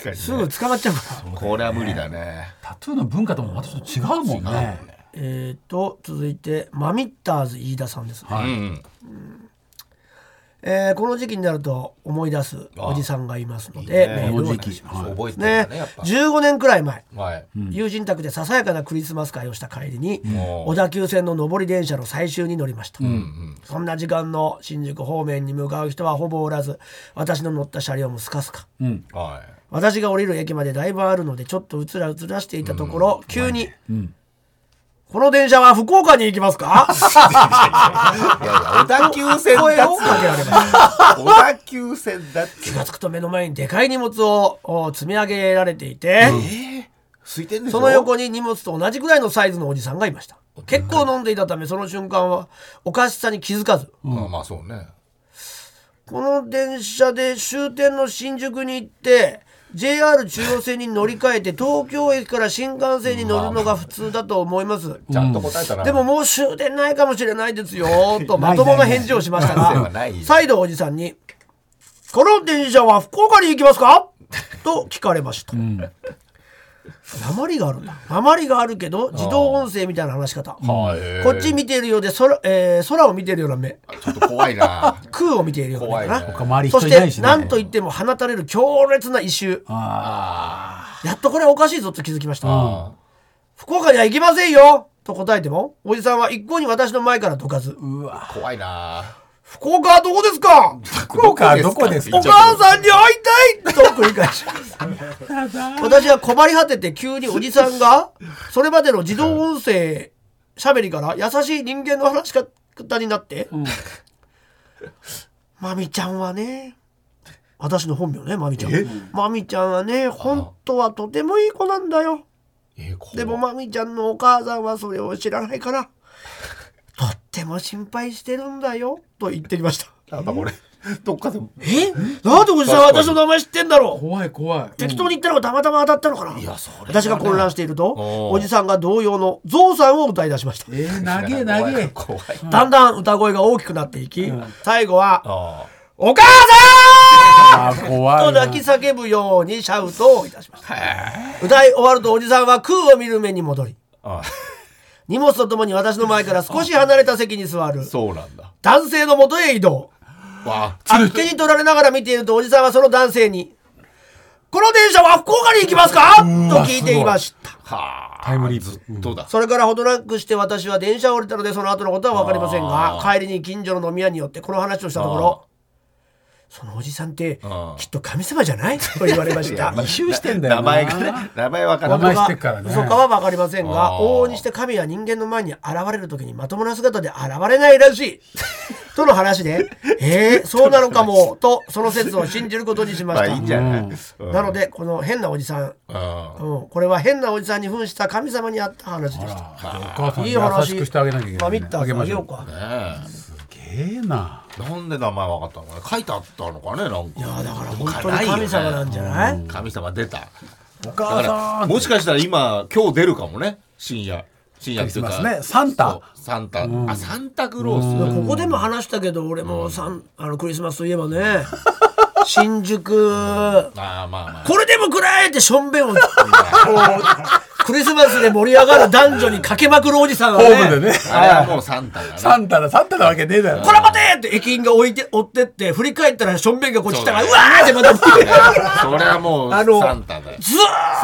Speaker 2: にね
Speaker 1: すぐ捕まっちゃうから。
Speaker 2: これは無理だね
Speaker 3: タトゥーの文化ともまたちょっと違うもんね
Speaker 1: えっ、と、続いて、マミッターズ飯田さんですね。
Speaker 2: う
Speaker 3: はい
Speaker 2: ん
Speaker 1: えーこの時期になると思い出すおじさんがいますので、
Speaker 2: ああ
Speaker 1: メー
Speaker 3: こ
Speaker 1: ルをお
Speaker 3: の
Speaker 1: 願
Speaker 3: 時
Speaker 1: いします
Speaker 3: 期はい
Speaker 2: 覚えてる
Speaker 1: ね
Speaker 2: ねやっぱ
Speaker 1: 15年くらい前、
Speaker 2: はい
Speaker 1: 友人宅でささやかなクリスマス会をした帰りに、
Speaker 2: もう
Speaker 1: 小田急線の上り電車の最終に乗りました、そんな時間の新宿方面に向かう人はほぼおらず私の乗った車両もスカスカ
Speaker 3: うん
Speaker 2: は
Speaker 1: 私が降りる駅までだいぶあるのでちょっとうつらうつらしていたところ、急に、この電車は福岡に行きますか?」
Speaker 2: いいやいや小田急線
Speaker 1: 声
Speaker 2: だっ
Speaker 1: をかけられました
Speaker 2: 小田急線だって
Speaker 1: 気がつくと目の前にでかい荷物をお積み上げられていて、
Speaker 2: 空いてんでしょ
Speaker 1: その横に荷物と同じくらいのサイズのおじさんがいました結構飲んでいたためその瞬間はおかしさに気づかず
Speaker 2: まあまあそうね
Speaker 1: この電車で終点の新宿に行って JR 中央線に乗り換えて東京駅から新幹線に乗るのが普通だと思います
Speaker 2: ちゃんと答えたな
Speaker 1: でももう終電ないかもしれないですよとまともな返事をしました
Speaker 2: ないな
Speaker 1: が
Speaker 2: いないない
Speaker 1: 再度おじさんに「この電車は福岡に行きますか?」 と聞かれました。鉛があるんだ鉛があるけど自動音声みたいな話し方こ
Speaker 2: はい
Speaker 1: っち見ているようで空,、えー空を見ているような目
Speaker 2: ちょっと怖いな
Speaker 1: 空を見ているような目か
Speaker 2: 怖いね
Speaker 1: な、
Speaker 3: 他周り
Speaker 1: そし
Speaker 3: 人いない
Speaker 1: て
Speaker 3: しね
Speaker 1: 何と言っても放たれる強烈な異臭
Speaker 3: あ
Speaker 1: やっとこれはおかしいぞと気づきました、福岡には行きませんよと答えてもおじさんは一向に私の前からどかず
Speaker 3: ーうわ
Speaker 2: 怖いな
Speaker 1: 福岡はどこですか
Speaker 3: 福岡はどこです
Speaker 1: お
Speaker 3: か
Speaker 1: 母さんに会いたいと繰り返し私は困り果てて急におじさんがそれまでの自動音声しゃべりから優しい人間の話し方になって「まみちゃんはね私の本名ねまみちゃんまみちゃんはね本当はとてもいい子なんだよ
Speaker 2: えー怖い
Speaker 1: でもまみちゃんのお母さんはそれを知らないからとっても心配してるんだよ」と言ってきました。
Speaker 2: なんかこれどっかで
Speaker 1: えなんでおじさんは私の名前知ってんだろう
Speaker 3: 怖い怖い
Speaker 1: 適当に言ったのがたまたま当たったのかな、
Speaker 2: いやそれはね
Speaker 1: 私が混乱していると
Speaker 2: おう
Speaker 1: おじさんが同様の「ゾウさん」を歌い出しました
Speaker 3: えー、長え長え
Speaker 2: 怖い怖い
Speaker 1: だんだん歌声が大きくなっていき、最後は
Speaker 2: あ
Speaker 1: 「お母さん!」
Speaker 3: あー怖
Speaker 1: と
Speaker 3: いな
Speaker 1: 泣き叫ぶようにシャウトをいたしました歌い終わるとおじさんは空を見る目に戻り
Speaker 2: ーあ
Speaker 1: 荷物とともに私の前から少し離れた席に座る
Speaker 2: ーそうなんだ
Speaker 1: 男性の元へ移動
Speaker 2: わあ
Speaker 1: あっけに取られながら見ているとおじさんはその男性に「この電車は福岡に行きますか?」と聞いていました
Speaker 2: はあ
Speaker 3: タイムリープ
Speaker 2: ずっとだ
Speaker 1: それからほどなくして私は電車を降りたのでその後のことは分かりませんが帰りに近所の飲み屋によってこの話をしたところそのおじさんって
Speaker 2: あー
Speaker 1: きっと神様じゃないと言われました
Speaker 3: 異臭してんだよな
Speaker 2: 名前がね名前わか
Speaker 1: 本
Speaker 2: ら
Speaker 1: 当
Speaker 2: ない
Speaker 3: 名
Speaker 1: か
Speaker 3: 前してっからね
Speaker 1: 嘘かは分かりません
Speaker 2: あ
Speaker 1: が
Speaker 2: ー
Speaker 1: 往々にして神は人間の前に現れる時にまともな姿で現れないらしいとの話で「えー、そうなのかも」とその説を信じることにしま
Speaker 2: ま
Speaker 1: し
Speaker 2: あいいんじ
Speaker 1: た
Speaker 2: ゃないうん
Speaker 1: なのでこの変なおじさん、
Speaker 2: うん
Speaker 1: うん、これは変なおじさんに扮した神様にあった話でした
Speaker 3: あーお母さ
Speaker 1: い
Speaker 3: んに
Speaker 1: い
Speaker 3: 優
Speaker 1: 話
Speaker 3: しくしてあげなきゃいけな
Speaker 1: ま
Speaker 3: い、ね、
Speaker 1: あミッターさんあ
Speaker 3: ま
Speaker 1: げ
Speaker 3: し
Speaker 1: よ
Speaker 3: ょ
Speaker 1: うか
Speaker 2: ね
Speaker 3: ええな
Speaker 2: えなんで名前わかったのかね書いてあったのかねなんかいや
Speaker 1: だから本当に神様なんじゃない
Speaker 2: 神様出た
Speaker 3: お
Speaker 2: だか
Speaker 3: 母
Speaker 2: らもしかしたら今今日出るかもね深夜深夜っていう
Speaker 3: クリ
Speaker 2: か
Speaker 3: スマスねサンタ
Speaker 2: そうサンタあサンタクロース
Speaker 1: ここでも話したけど俺もさんあのクリスマスといえばね新宿
Speaker 2: ああまあまあ
Speaker 1: これでも食らえってしょんべんをこうクリスマスで盛り上がる男女にかけまくるおじさんが
Speaker 3: ホーム
Speaker 1: ね
Speaker 3: でね
Speaker 2: あれはもうサンタだ
Speaker 3: サ
Speaker 2: な
Speaker 3: ンタだサンタなわけねえ
Speaker 1: 「
Speaker 3: だろ
Speaker 1: こら待て!」って駅員が置いて追ってって振り返ったらしょんべんがこっち来たから「う
Speaker 2: そう
Speaker 1: わ!」ってまた
Speaker 2: それはもう
Speaker 1: あの
Speaker 2: サンタだ
Speaker 1: ず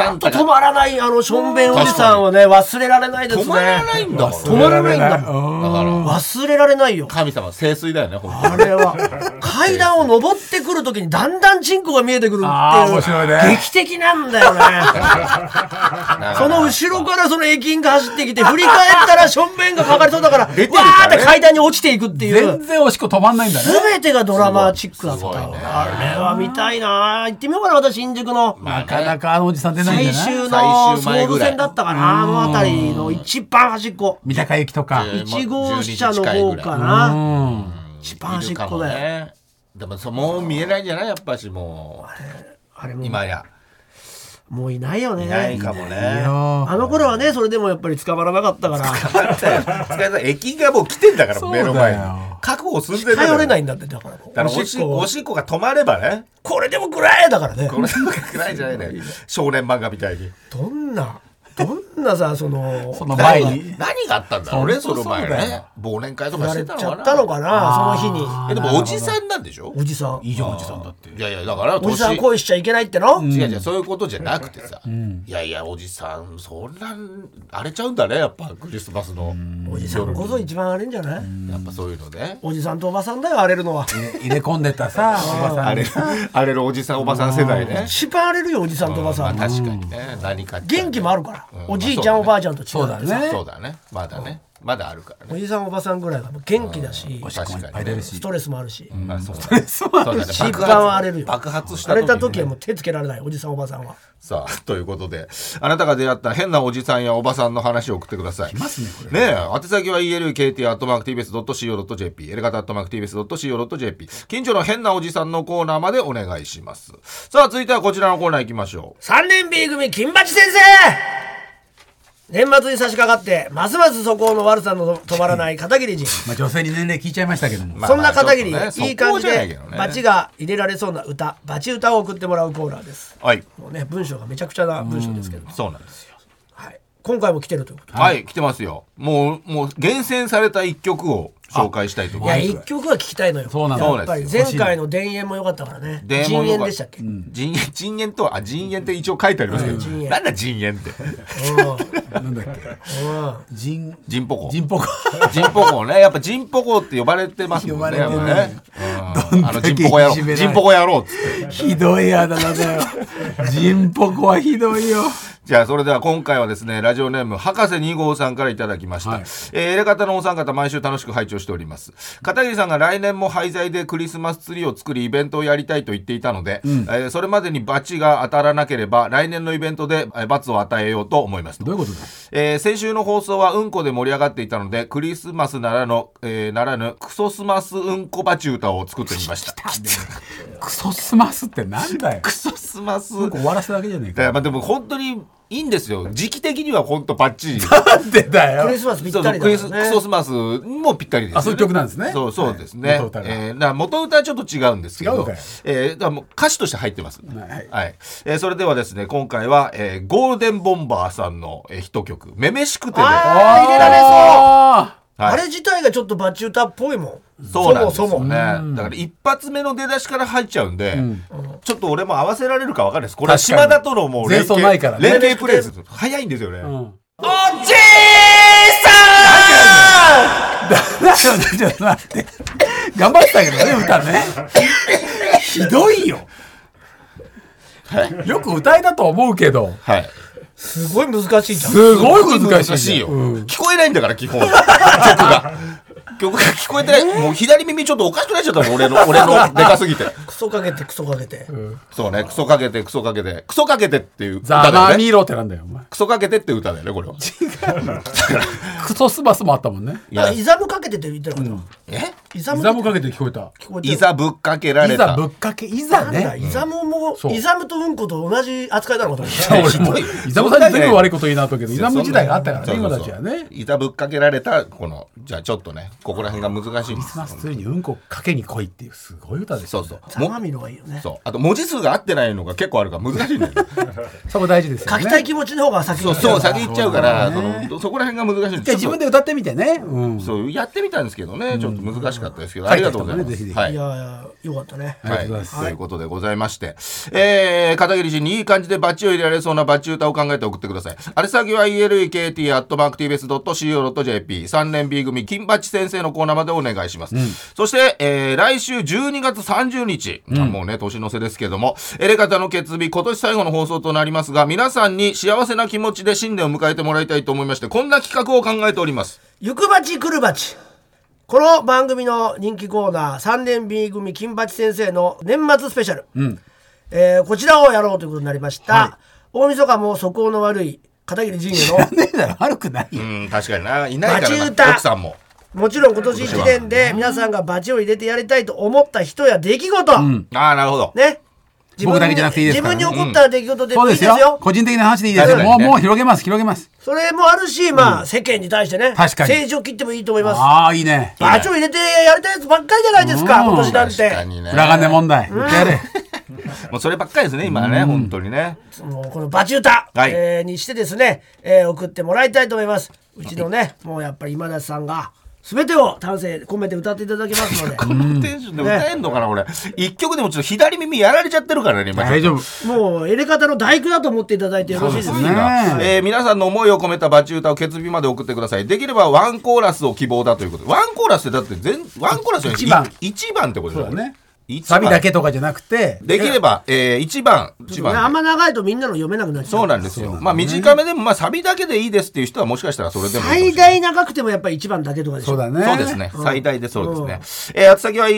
Speaker 1: ーっと止まらない、あの、しょんべんおじさんをね、忘れられないですね。
Speaker 2: 止まらないんだもん
Speaker 1: 止まらないんだもん。
Speaker 3: もん。
Speaker 1: 忘れられないよ。
Speaker 2: 神様清水だよねほんと
Speaker 1: あれは、 階段を登ってくるときにだんだんチンコが見えてくるって
Speaker 3: ああ、
Speaker 1: い
Speaker 3: 面
Speaker 1: う。
Speaker 3: 白いね。
Speaker 1: 劇的なんだよね。 その後ろからその駅員が走ってきて、振り返ったらしょんべんがかかりそうだから、わー
Speaker 2: るからね
Speaker 1: って階段に落ちていくっていう
Speaker 3: 全。然おしっこ止まんないんだね。
Speaker 1: 全てがドラマチックだったよ
Speaker 2: すごいすごいね
Speaker 1: あれは見たいな行ってみようかな、私、新宿の。
Speaker 3: なかなかあのおじさん出ないんじ
Speaker 1: 最
Speaker 3: ゃない
Speaker 1: 終の
Speaker 2: 最終前
Speaker 1: 総
Speaker 2: ぐ
Speaker 1: 武
Speaker 2: らい
Speaker 1: 線だったかな、あの辺りの一番端っこ。
Speaker 3: 三鷹行きとか。
Speaker 2: えーまあ
Speaker 1: 1号車の
Speaker 2: 12
Speaker 1: 方
Speaker 2: ぐら
Speaker 1: か
Speaker 2: い
Speaker 3: うん
Speaker 1: な。。一番端っこだよ。
Speaker 2: ねでもそうもう見えないんじゃないやっぱしも
Speaker 1: あれ
Speaker 2: う
Speaker 1: も
Speaker 2: 今や
Speaker 1: もういないよね。
Speaker 2: いないかも
Speaker 3: いい
Speaker 2: ね
Speaker 3: よ
Speaker 1: あの頃はね、それでもやっぱり捕まらなかったから、
Speaker 2: だって塚井さん駅がもう来てんだから
Speaker 3: そう
Speaker 2: 目
Speaker 3: だよ
Speaker 2: の前に覚悟寸前だ
Speaker 1: 頼れないいんだって、だから。
Speaker 2: だから
Speaker 1: お
Speaker 2: お
Speaker 1: し
Speaker 2: し
Speaker 1: っ
Speaker 2: っ
Speaker 1: こ
Speaker 2: こ
Speaker 1: を
Speaker 2: おしっこが止まればね
Speaker 1: これでもくらえだからね。
Speaker 2: これだけ暗いじゃないね少年漫画みたいに
Speaker 1: どんな、どんなさ、その、
Speaker 3: その前に。
Speaker 2: 何があったんだろうねそ
Speaker 3: 本当
Speaker 2: の
Speaker 3: そうだよ
Speaker 2: 前ね忘年会とか
Speaker 1: や
Speaker 2: し
Speaker 1: れ
Speaker 2: て
Speaker 1: ち
Speaker 2: た
Speaker 1: ゃ
Speaker 2: の
Speaker 1: っ
Speaker 2: か
Speaker 1: たの
Speaker 2: な
Speaker 1: かな、その日に。
Speaker 2: えで
Speaker 3: なる
Speaker 2: もお
Speaker 3: ほど
Speaker 2: じさんなんでしょ
Speaker 1: おじさん。
Speaker 3: いいじゃん、おじさんだって。
Speaker 2: いやいやだから
Speaker 1: おじさん
Speaker 2: 年
Speaker 1: 恋しちゃいけないっての
Speaker 2: 違う違うそういうことじゃなくてさ、いやいやおじさんそんなん荒れちゃうんだねやっぱクリスマスの
Speaker 1: おじさんこそ一番あれんじゃない
Speaker 2: やっぱそういうのね
Speaker 1: おじさんとおばさんだよ、荒れるのは。
Speaker 3: 入れ込んでたさ、おばさ
Speaker 2: 荒
Speaker 3: ん
Speaker 2: れ
Speaker 3: に
Speaker 2: る荒れるおじさんおばさん世代ね
Speaker 1: 一番荒れるよ、おじさんとおば
Speaker 2: ま
Speaker 1: さ
Speaker 2: あ
Speaker 1: ん。
Speaker 2: 確かにね何かって
Speaker 1: 元気もあるから
Speaker 2: うん。
Speaker 1: おじいちゃん、おばあちゃんと違
Speaker 3: そうだ
Speaker 1: って
Speaker 3: ね。
Speaker 2: そうだねまだねまだあるからね
Speaker 1: おじさん、おばさんぐらいはもう元気だし
Speaker 3: お、しっこもいっぱい出るし
Speaker 1: ス。トレスもあるし、
Speaker 2: まあそうだね
Speaker 3: そうだ
Speaker 2: そ
Speaker 3: ね
Speaker 2: うだね
Speaker 1: 一
Speaker 2: 爆
Speaker 1: 番荒れる
Speaker 2: 発
Speaker 1: よ。
Speaker 2: 爆発した
Speaker 1: 荒れた時は
Speaker 2: ね
Speaker 1: もう手つけられない、おじさん、おばさんは。
Speaker 2: さあということであなたが出会った変なおじさんやおばさんの話を送ってください
Speaker 3: ますねこ
Speaker 2: ねえ宛先は elkt.mactvs.co.jp エレガタ .mactvs.co.jp 近所の変なおじさんのコーナーまでお願いしますさあ続いてはこちらのコーナー行きましょう
Speaker 1: 3年 B 組金八先生年末に差し掛かってますます素行の悪さの止まらない片桐仁
Speaker 3: まあ女性に年齢聞いちゃいましたけども。
Speaker 2: まあ
Speaker 1: そんな片桐に
Speaker 2: まあちょっとね
Speaker 1: いい感じ
Speaker 2: そこじゃないけ
Speaker 1: で
Speaker 2: どね
Speaker 1: バチが入れられそうな歌バチ歌を送ってもらうコーナーです
Speaker 2: はい
Speaker 1: もうね文章がめちゃくちゃな文章ですけど、
Speaker 2: そうなんですよ
Speaker 1: はい、今回も来てるということ
Speaker 2: はい、来てますよもうもう厳選された一曲を紹介したいと思
Speaker 1: い
Speaker 2: い
Speaker 1: や
Speaker 2: ます
Speaker 1: 一曲は聞きたいのよ
Speaker 3: そうなんだ
Speaker 1: やっぱり前回の田園も良かったからね
Speaker 2: で
Speaker 1: 陣
Speaker 2: もよ
Speaker 1: 園
Speaker 2: か
Speaker 1: でしたっけ、
Speaker 2: うん陣営陣営とはあ陣営って一応書いてありますけど、
Speaker 1: うん陣営
Speaker 2: なんだ陣営 って
Speaker 3: なんだっけ。人、
Speaker 2: 人ポコ
Speaker 3: 人ぽこ。
Speaker 2: ジンポコね、やっぱジンポコって呼ばれてますもんね。
Speaker 3: 呼ばれてない
Speaker 2: やっぱねうんあの
Speaker 3: ど
Speaker 2: ジ
Speaker 3: ん
Speaker 2: ン
Speaker 3: だけ
Speaker 2: ポコやろ
Speaker 3: いじめら
Speaker 2: う。
Speaker 3: れ
Speaker 2: ジンポコやろうっつって。
Speaker 3: ひどいあだ名だよ。人ぽこはひどいよ。
Speaker 2: じゃあそれでは今回はですねラジオネーム博士2号さんからいただきました、
Speaker 3: はい
Speaker 2: えー、エレカタのお三方毎週楽しく拝聴しております片桐さんが来年も廃材でクリスマスツリーを作りイベントをやりたいと言っていたので、えーそれまでにバチが当たらなければ来年のイベントでえー罰を与えようと思います
Speaker 3: どういうことだよ
Speaker 2: えー先週の放送はうんこで盛り上がっていたのでクリスマスならの、えーならぬクソスマスうんこバチ歌を作ってみま した
Speaker 3: クソスマスってなんだよ。
Speaker 2: クソスマス
Speaker 3: 終わらせるわけじゃねえ
Speaker 2: だから
Speaker 3: か。
Speaker 2: まあでも本当にいいんですよ時期的には本当バッ チリ
Speaker 3: なんでだ
Speaker 1: ク
Speaker 3: よ
Speaker 1: リ。スマスぴっ
Speaker 2: そう
Speaker 1: た
Speaker 2: そ
Speaker 1: り
Speaker 2: う
Speaker 1: だか
Speaker 2: ク
Speaker 1: ら
Speaker 2: リスクソ
Speaker 1: ね
Speaker 2: スマスもぴったりですよ、ね、
Speaker 3: あそういう曲なんですね
Speaker 2: そうそうですね、
Speaker 3: はい元歌が
Speaker 2: えーだから元歌はちょっと違うんですけど
Speaker 3: 違うかよ
Speaker 2: えーだからもう歌詞として入ってます
Speaker 3: いはい
Speaker 2: えーそれではですね今回は、えーゴールデンボンバーさんの、えー、ヒット曲「めめしくて」で
Speaker 1: あ
Speaker 3: あー
Speaker 1: 入れられそう
Speaker 2: はい
Speaker 1: あれ自体がちょっとバチ歌っぽいもん
Speaker 2: そうなんです
Speaker 1: そもそ
Speaker 2: よ
Speaker 1: も
Speaker 2: ね。だから一発目の出だしから入っちゃうんで、ちょっと俺も合わせられるか分かんないです。これは
Speaker 3: 確か
Speaker 2: 島
Speaker 3: に
Speaker 2: 田とのもう連
Speaker 3: 前奏
Speaker 2: 携
Speaker 3: ないからね
Speaker 2: 連携プレーです。早いんですよね。
Speaker 3: ん
Speaker 1: おじいさ
Speaker 3: だよねちょっと待って。頑張ってたけどね、歌ね。ひどいよ。よく歌いだと思うけど、
Speaker 2: はい。
Speaker 1: んすごい難しいじゃん
Speaker 3: すごい難しい。
Speaker 2: よ、
Speaker 3: うん
Speaker 2: 聞こえないんだから、基本。曲が。曲が聞こえてない。もう左耳ちょっとおかしくなっちゃったの、 俺の、俺のでかすぎて。
Speaker 1: クソかけてクソかけて
Speaker 2: そうね、クソかけて、クソかけて、クソかけてっていう歌
Speaker 3: ザ
Speaker 2: だ
Speaker 3: マ
Speaker 2: よね。
Speaker 3: ミロってなんだよ、お前。
Speaker 2: クソかけてって歌だよね、これは。
Speaker 3: クソスバスもあったもんね。
Speaker 2: いや
Speaker 1: イザムかけてって言ってなかった
Speaker 2: え
Speaker 1: イザム
Speaker 3: イザムかけて聞こえた。
Speaker 1: 聞こえてる
Speaker 2: いざぶっかけら
Speaker 3: い
Speaker 2: れ
Speaker 3: ざ
Speaker 2: た
Speaker 3: ぶ。っかけ、いざ
Speaker 1: なんだ
Speaker 3: ね。
Speaker 1: イザムも
Speaker 3: そう
Speaker 1: イザムとうんこと同じ扱いだろうと思って
Speaker 3: 俺もイザムさんに全部悪いこと言いなと思うけど、イザム時代があったから
Speaker 2: そ
Speaker 3: ね、
Speaker 2: うそう
Speaker 3: 今
Speaker 2: そう
Speaker 3: たちはね。
Speaker 2: いざぶっかけられた、この、じゃあちょっとね、ここら辺が難しいんで
Speaker 3: クリス
Speaker 2: す
Speaker 3: マ。スツリーにうんこかけに来いっていう、すごい歌です
Speaker 2: そ
Speaker 3: よ。
Speaker 2: うそう。
Speaker 1: ザ
Speaker 2: も
Speaker 1: マミロがいいよね
Speaker 2: そう。あと文字数が合ってないのが結構あるから難しいんだ よね。
Speaker 3: そこ大事ですよ
Speaker 1: 書
Speaker 3: ね。
Speaker 1: きたい気持ちの方が先
Speaker 2: そう、
Speaker 1: に来ちゃ
Speaker 2: そうう、
Speaker 1: から
Speaker 2: 先行っちゃうから、そのそこら辺が難しいん
Speaker 3: 一回自分で歌ってみてね。うん。
Speaker 2: そうやってみたんですけどね、ちょっと難しかったですけど、
Speaker 3: ん
Speaker 2: ありがとうございま
Speaker 3: 書い
Speaker 2: す。
Speaker 3: てきた
Speaker 2: は
Speaker 1: はい
Speaker 2: い
Speaker 1: いやいやよかったね。
Speaker 3: ありがとうございます
Speaker 2: ということでございまして、えー、片桐氏にいい感じでバッチを入れられそうなバッチ歌を考えて送ってください。あれ先は elekt.tbs.co.jp、3年 B 組、金八先生のコーナーまでお願いします。そして、えー、来週12月30日、あもうね、年の瀬ですけども、エレカタの決日、今年最後の放送となりますが、皆さんに幸せな気持ちで新年を迎えてもらいたいと思いまして、こんな企画を考えております。
Speaker 1: ゆくばちくるばち。この番組の人気コーナー、三年 B 組金八先生の年末スペシャル。えーこちらをやろうということになりました。大晦日も素行の悪い片桐仁也 の
Speaker 3: ねえだろ悪くないよ
Speaker 2: うん、確かにな。いないから
Speaker 1: バチ歌
Speaker 2: な、奥さんも。
Speaker 1: もちろん今年1年で皆さんがバチを入れてやりたいと思った人や出来事、
Speaker 2: ああ、なるほど。
Speaker 1: ね自分に
Speaker 3: 僕だけじゃなくていいですからね
Speaker 1: 自分に起こった出来事で
Speaker 3: そ
Speaker 1: も
Speaker 3: う
Speaker 1: いい
Speaker 3: で
Speaker 1: ですすよ,、
Speaker 3: よ個人的な話でいいですよ
Speaker 2: 確か
Speaker 3: も
Speaker 2: に
Speaker 3: う
Speaker 2: ね
Speaker 3: もう広げます広げます
Speaker 1: それもあるし、まあ世間に対してね
Speaker 3: 確かに
Speaker 1: 政治を切ってもいいと思います
Speaker 3: ああいいね
Speaker 1: バチを入れてやりたいやつばっかりじゃないですか
Speaker 3: うん
Speaker 1: 今年なん
Speaker 2: 確か
Speaker 1: て
Speaker 2: にね。
Speaker 3: 裏金問題言ってやれ
Speaker 2: もうそればっかりですね、今はね、本当にね。
Speaker 1: もうこのバチ歌、
Speaker 2: はい
Speaker 1: えーにしてですね、えー送ってもらいたいと思いますうちのねもうやっぱり今田さんが全てを丹精込めて歌っていただきます ので
Speaker 2: このテンションで歌えんのかな、俺。一曲でもちょっと左耳やられちゃってるからね、今ちょっと
Speaker 3: 大丈夫
Speaker 1: もう入れ方の大工だと思っていただいてよろしいです
Speaker 2: すご
Speaker 1: ね
Speaker 2: いなえー皆さんの思いを込めたバチ歌を決日まで送ってください。できればワンコーラスを希望だということで。ワンコーラスってだって全、ワンコーラスじゃない
Speaker 3: 一番
Speaker 2: い一番ってこと
Speaker 3: そうだね
Speaker 2: 一番
Speaker 3: サビだ。けとかじゃなくて
Speaker 2: できれば、えー、一番、一
Speaker 1: ね、
Speaker 2: 番。
Speaker 1: あんま長いとみんなの読めなくなっちゃう
Speaker 2: そうなんですよ。まあ短めでも、まあサビだけでいいですっていう人はもしかしたらそれでもいいかもしれない
Speaker 1: 最大長くてもやっぱり一番だけとかでしょ
Speaker 3: そうだね
Speaker 2: そうですね。最大でそうですね。えー、宛先は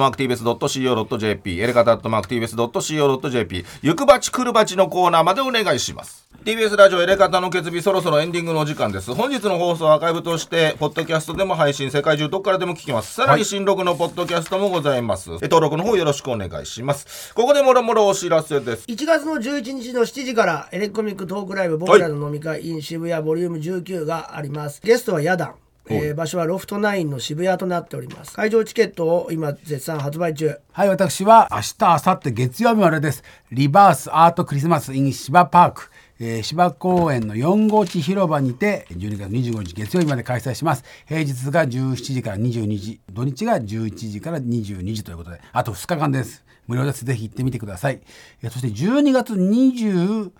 Speaker 2: elkt.mactvs.co.jp、エレカタ .mactvs.co.jp、ゆくばちくるばちのコーナーまでお願いします。TBS ラジオエレカタの決日そろそろエンディングのお時間です。本日の放送はアーカイブとして、ポッドキャストでも配信、世界中どこからでも聞きます。さらに新録のポッドキャストもございます。え登録の方よろしくお願いします。ここでもろもろお知らせです。
Speaker 1: 1月の11日の7時からエレコミックトークライブ僕らの飲み会 in 渋谷ボリューム19がありますゲストはヤダンえー場所はロフト9の渋谷となっております会場チケットを今絶賛発売中
Speaker 3: はい、私は明日、明後日、月曜日までです。リバースアートクリスマス in 芝パーク。えー芝公園の4号地広場にて12月25日月曜日まで開催します平日が17時から22時土日が11時から22時ということであと2日間です無料ですぜひ行ってみてください、えーそして12月24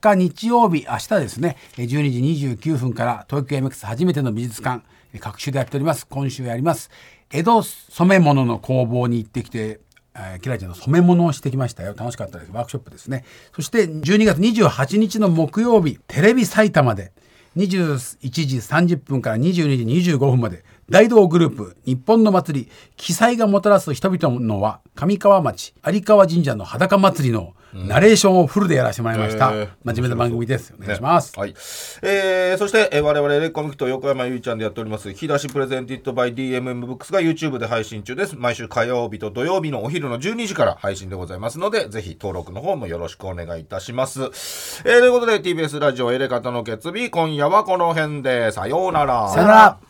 Speaker 3: 日日曜日明日ですねえー12時29分から東京 MX 初めての美術館えー各種でやっております今週やります江戸染め物の工房に行ってきて、えー、キラちゃんの染め物をしてきましたよ楽しかったですワークショップですねそして12月28日の木曜日テレビ埼玉で21時30分から22時25分まで大道グループ日本の祭り奇祭がもたらす人々のは上川町有川神社の裸祭りのナレーションをフルでやらせてもらいました、
Speaker 2: へー
Speaker 3: 真面目な番組ですお願いします、
Speaker 2: はい。えー、そして、えー、我々レコミックと横山ゆいちゃんでやっております、引き出しプレゼンティットバイ DMM ブックスが YouTube で配信中です。毎週火曜日と土曜日のお昼の12時から配信でございますので、ぜひ登録の方もよろしくお願いいたします。えー、ということで TBS ラジオエレカタの決日、今夜はこの辺で、さようなら。
Speaker 3: さよなら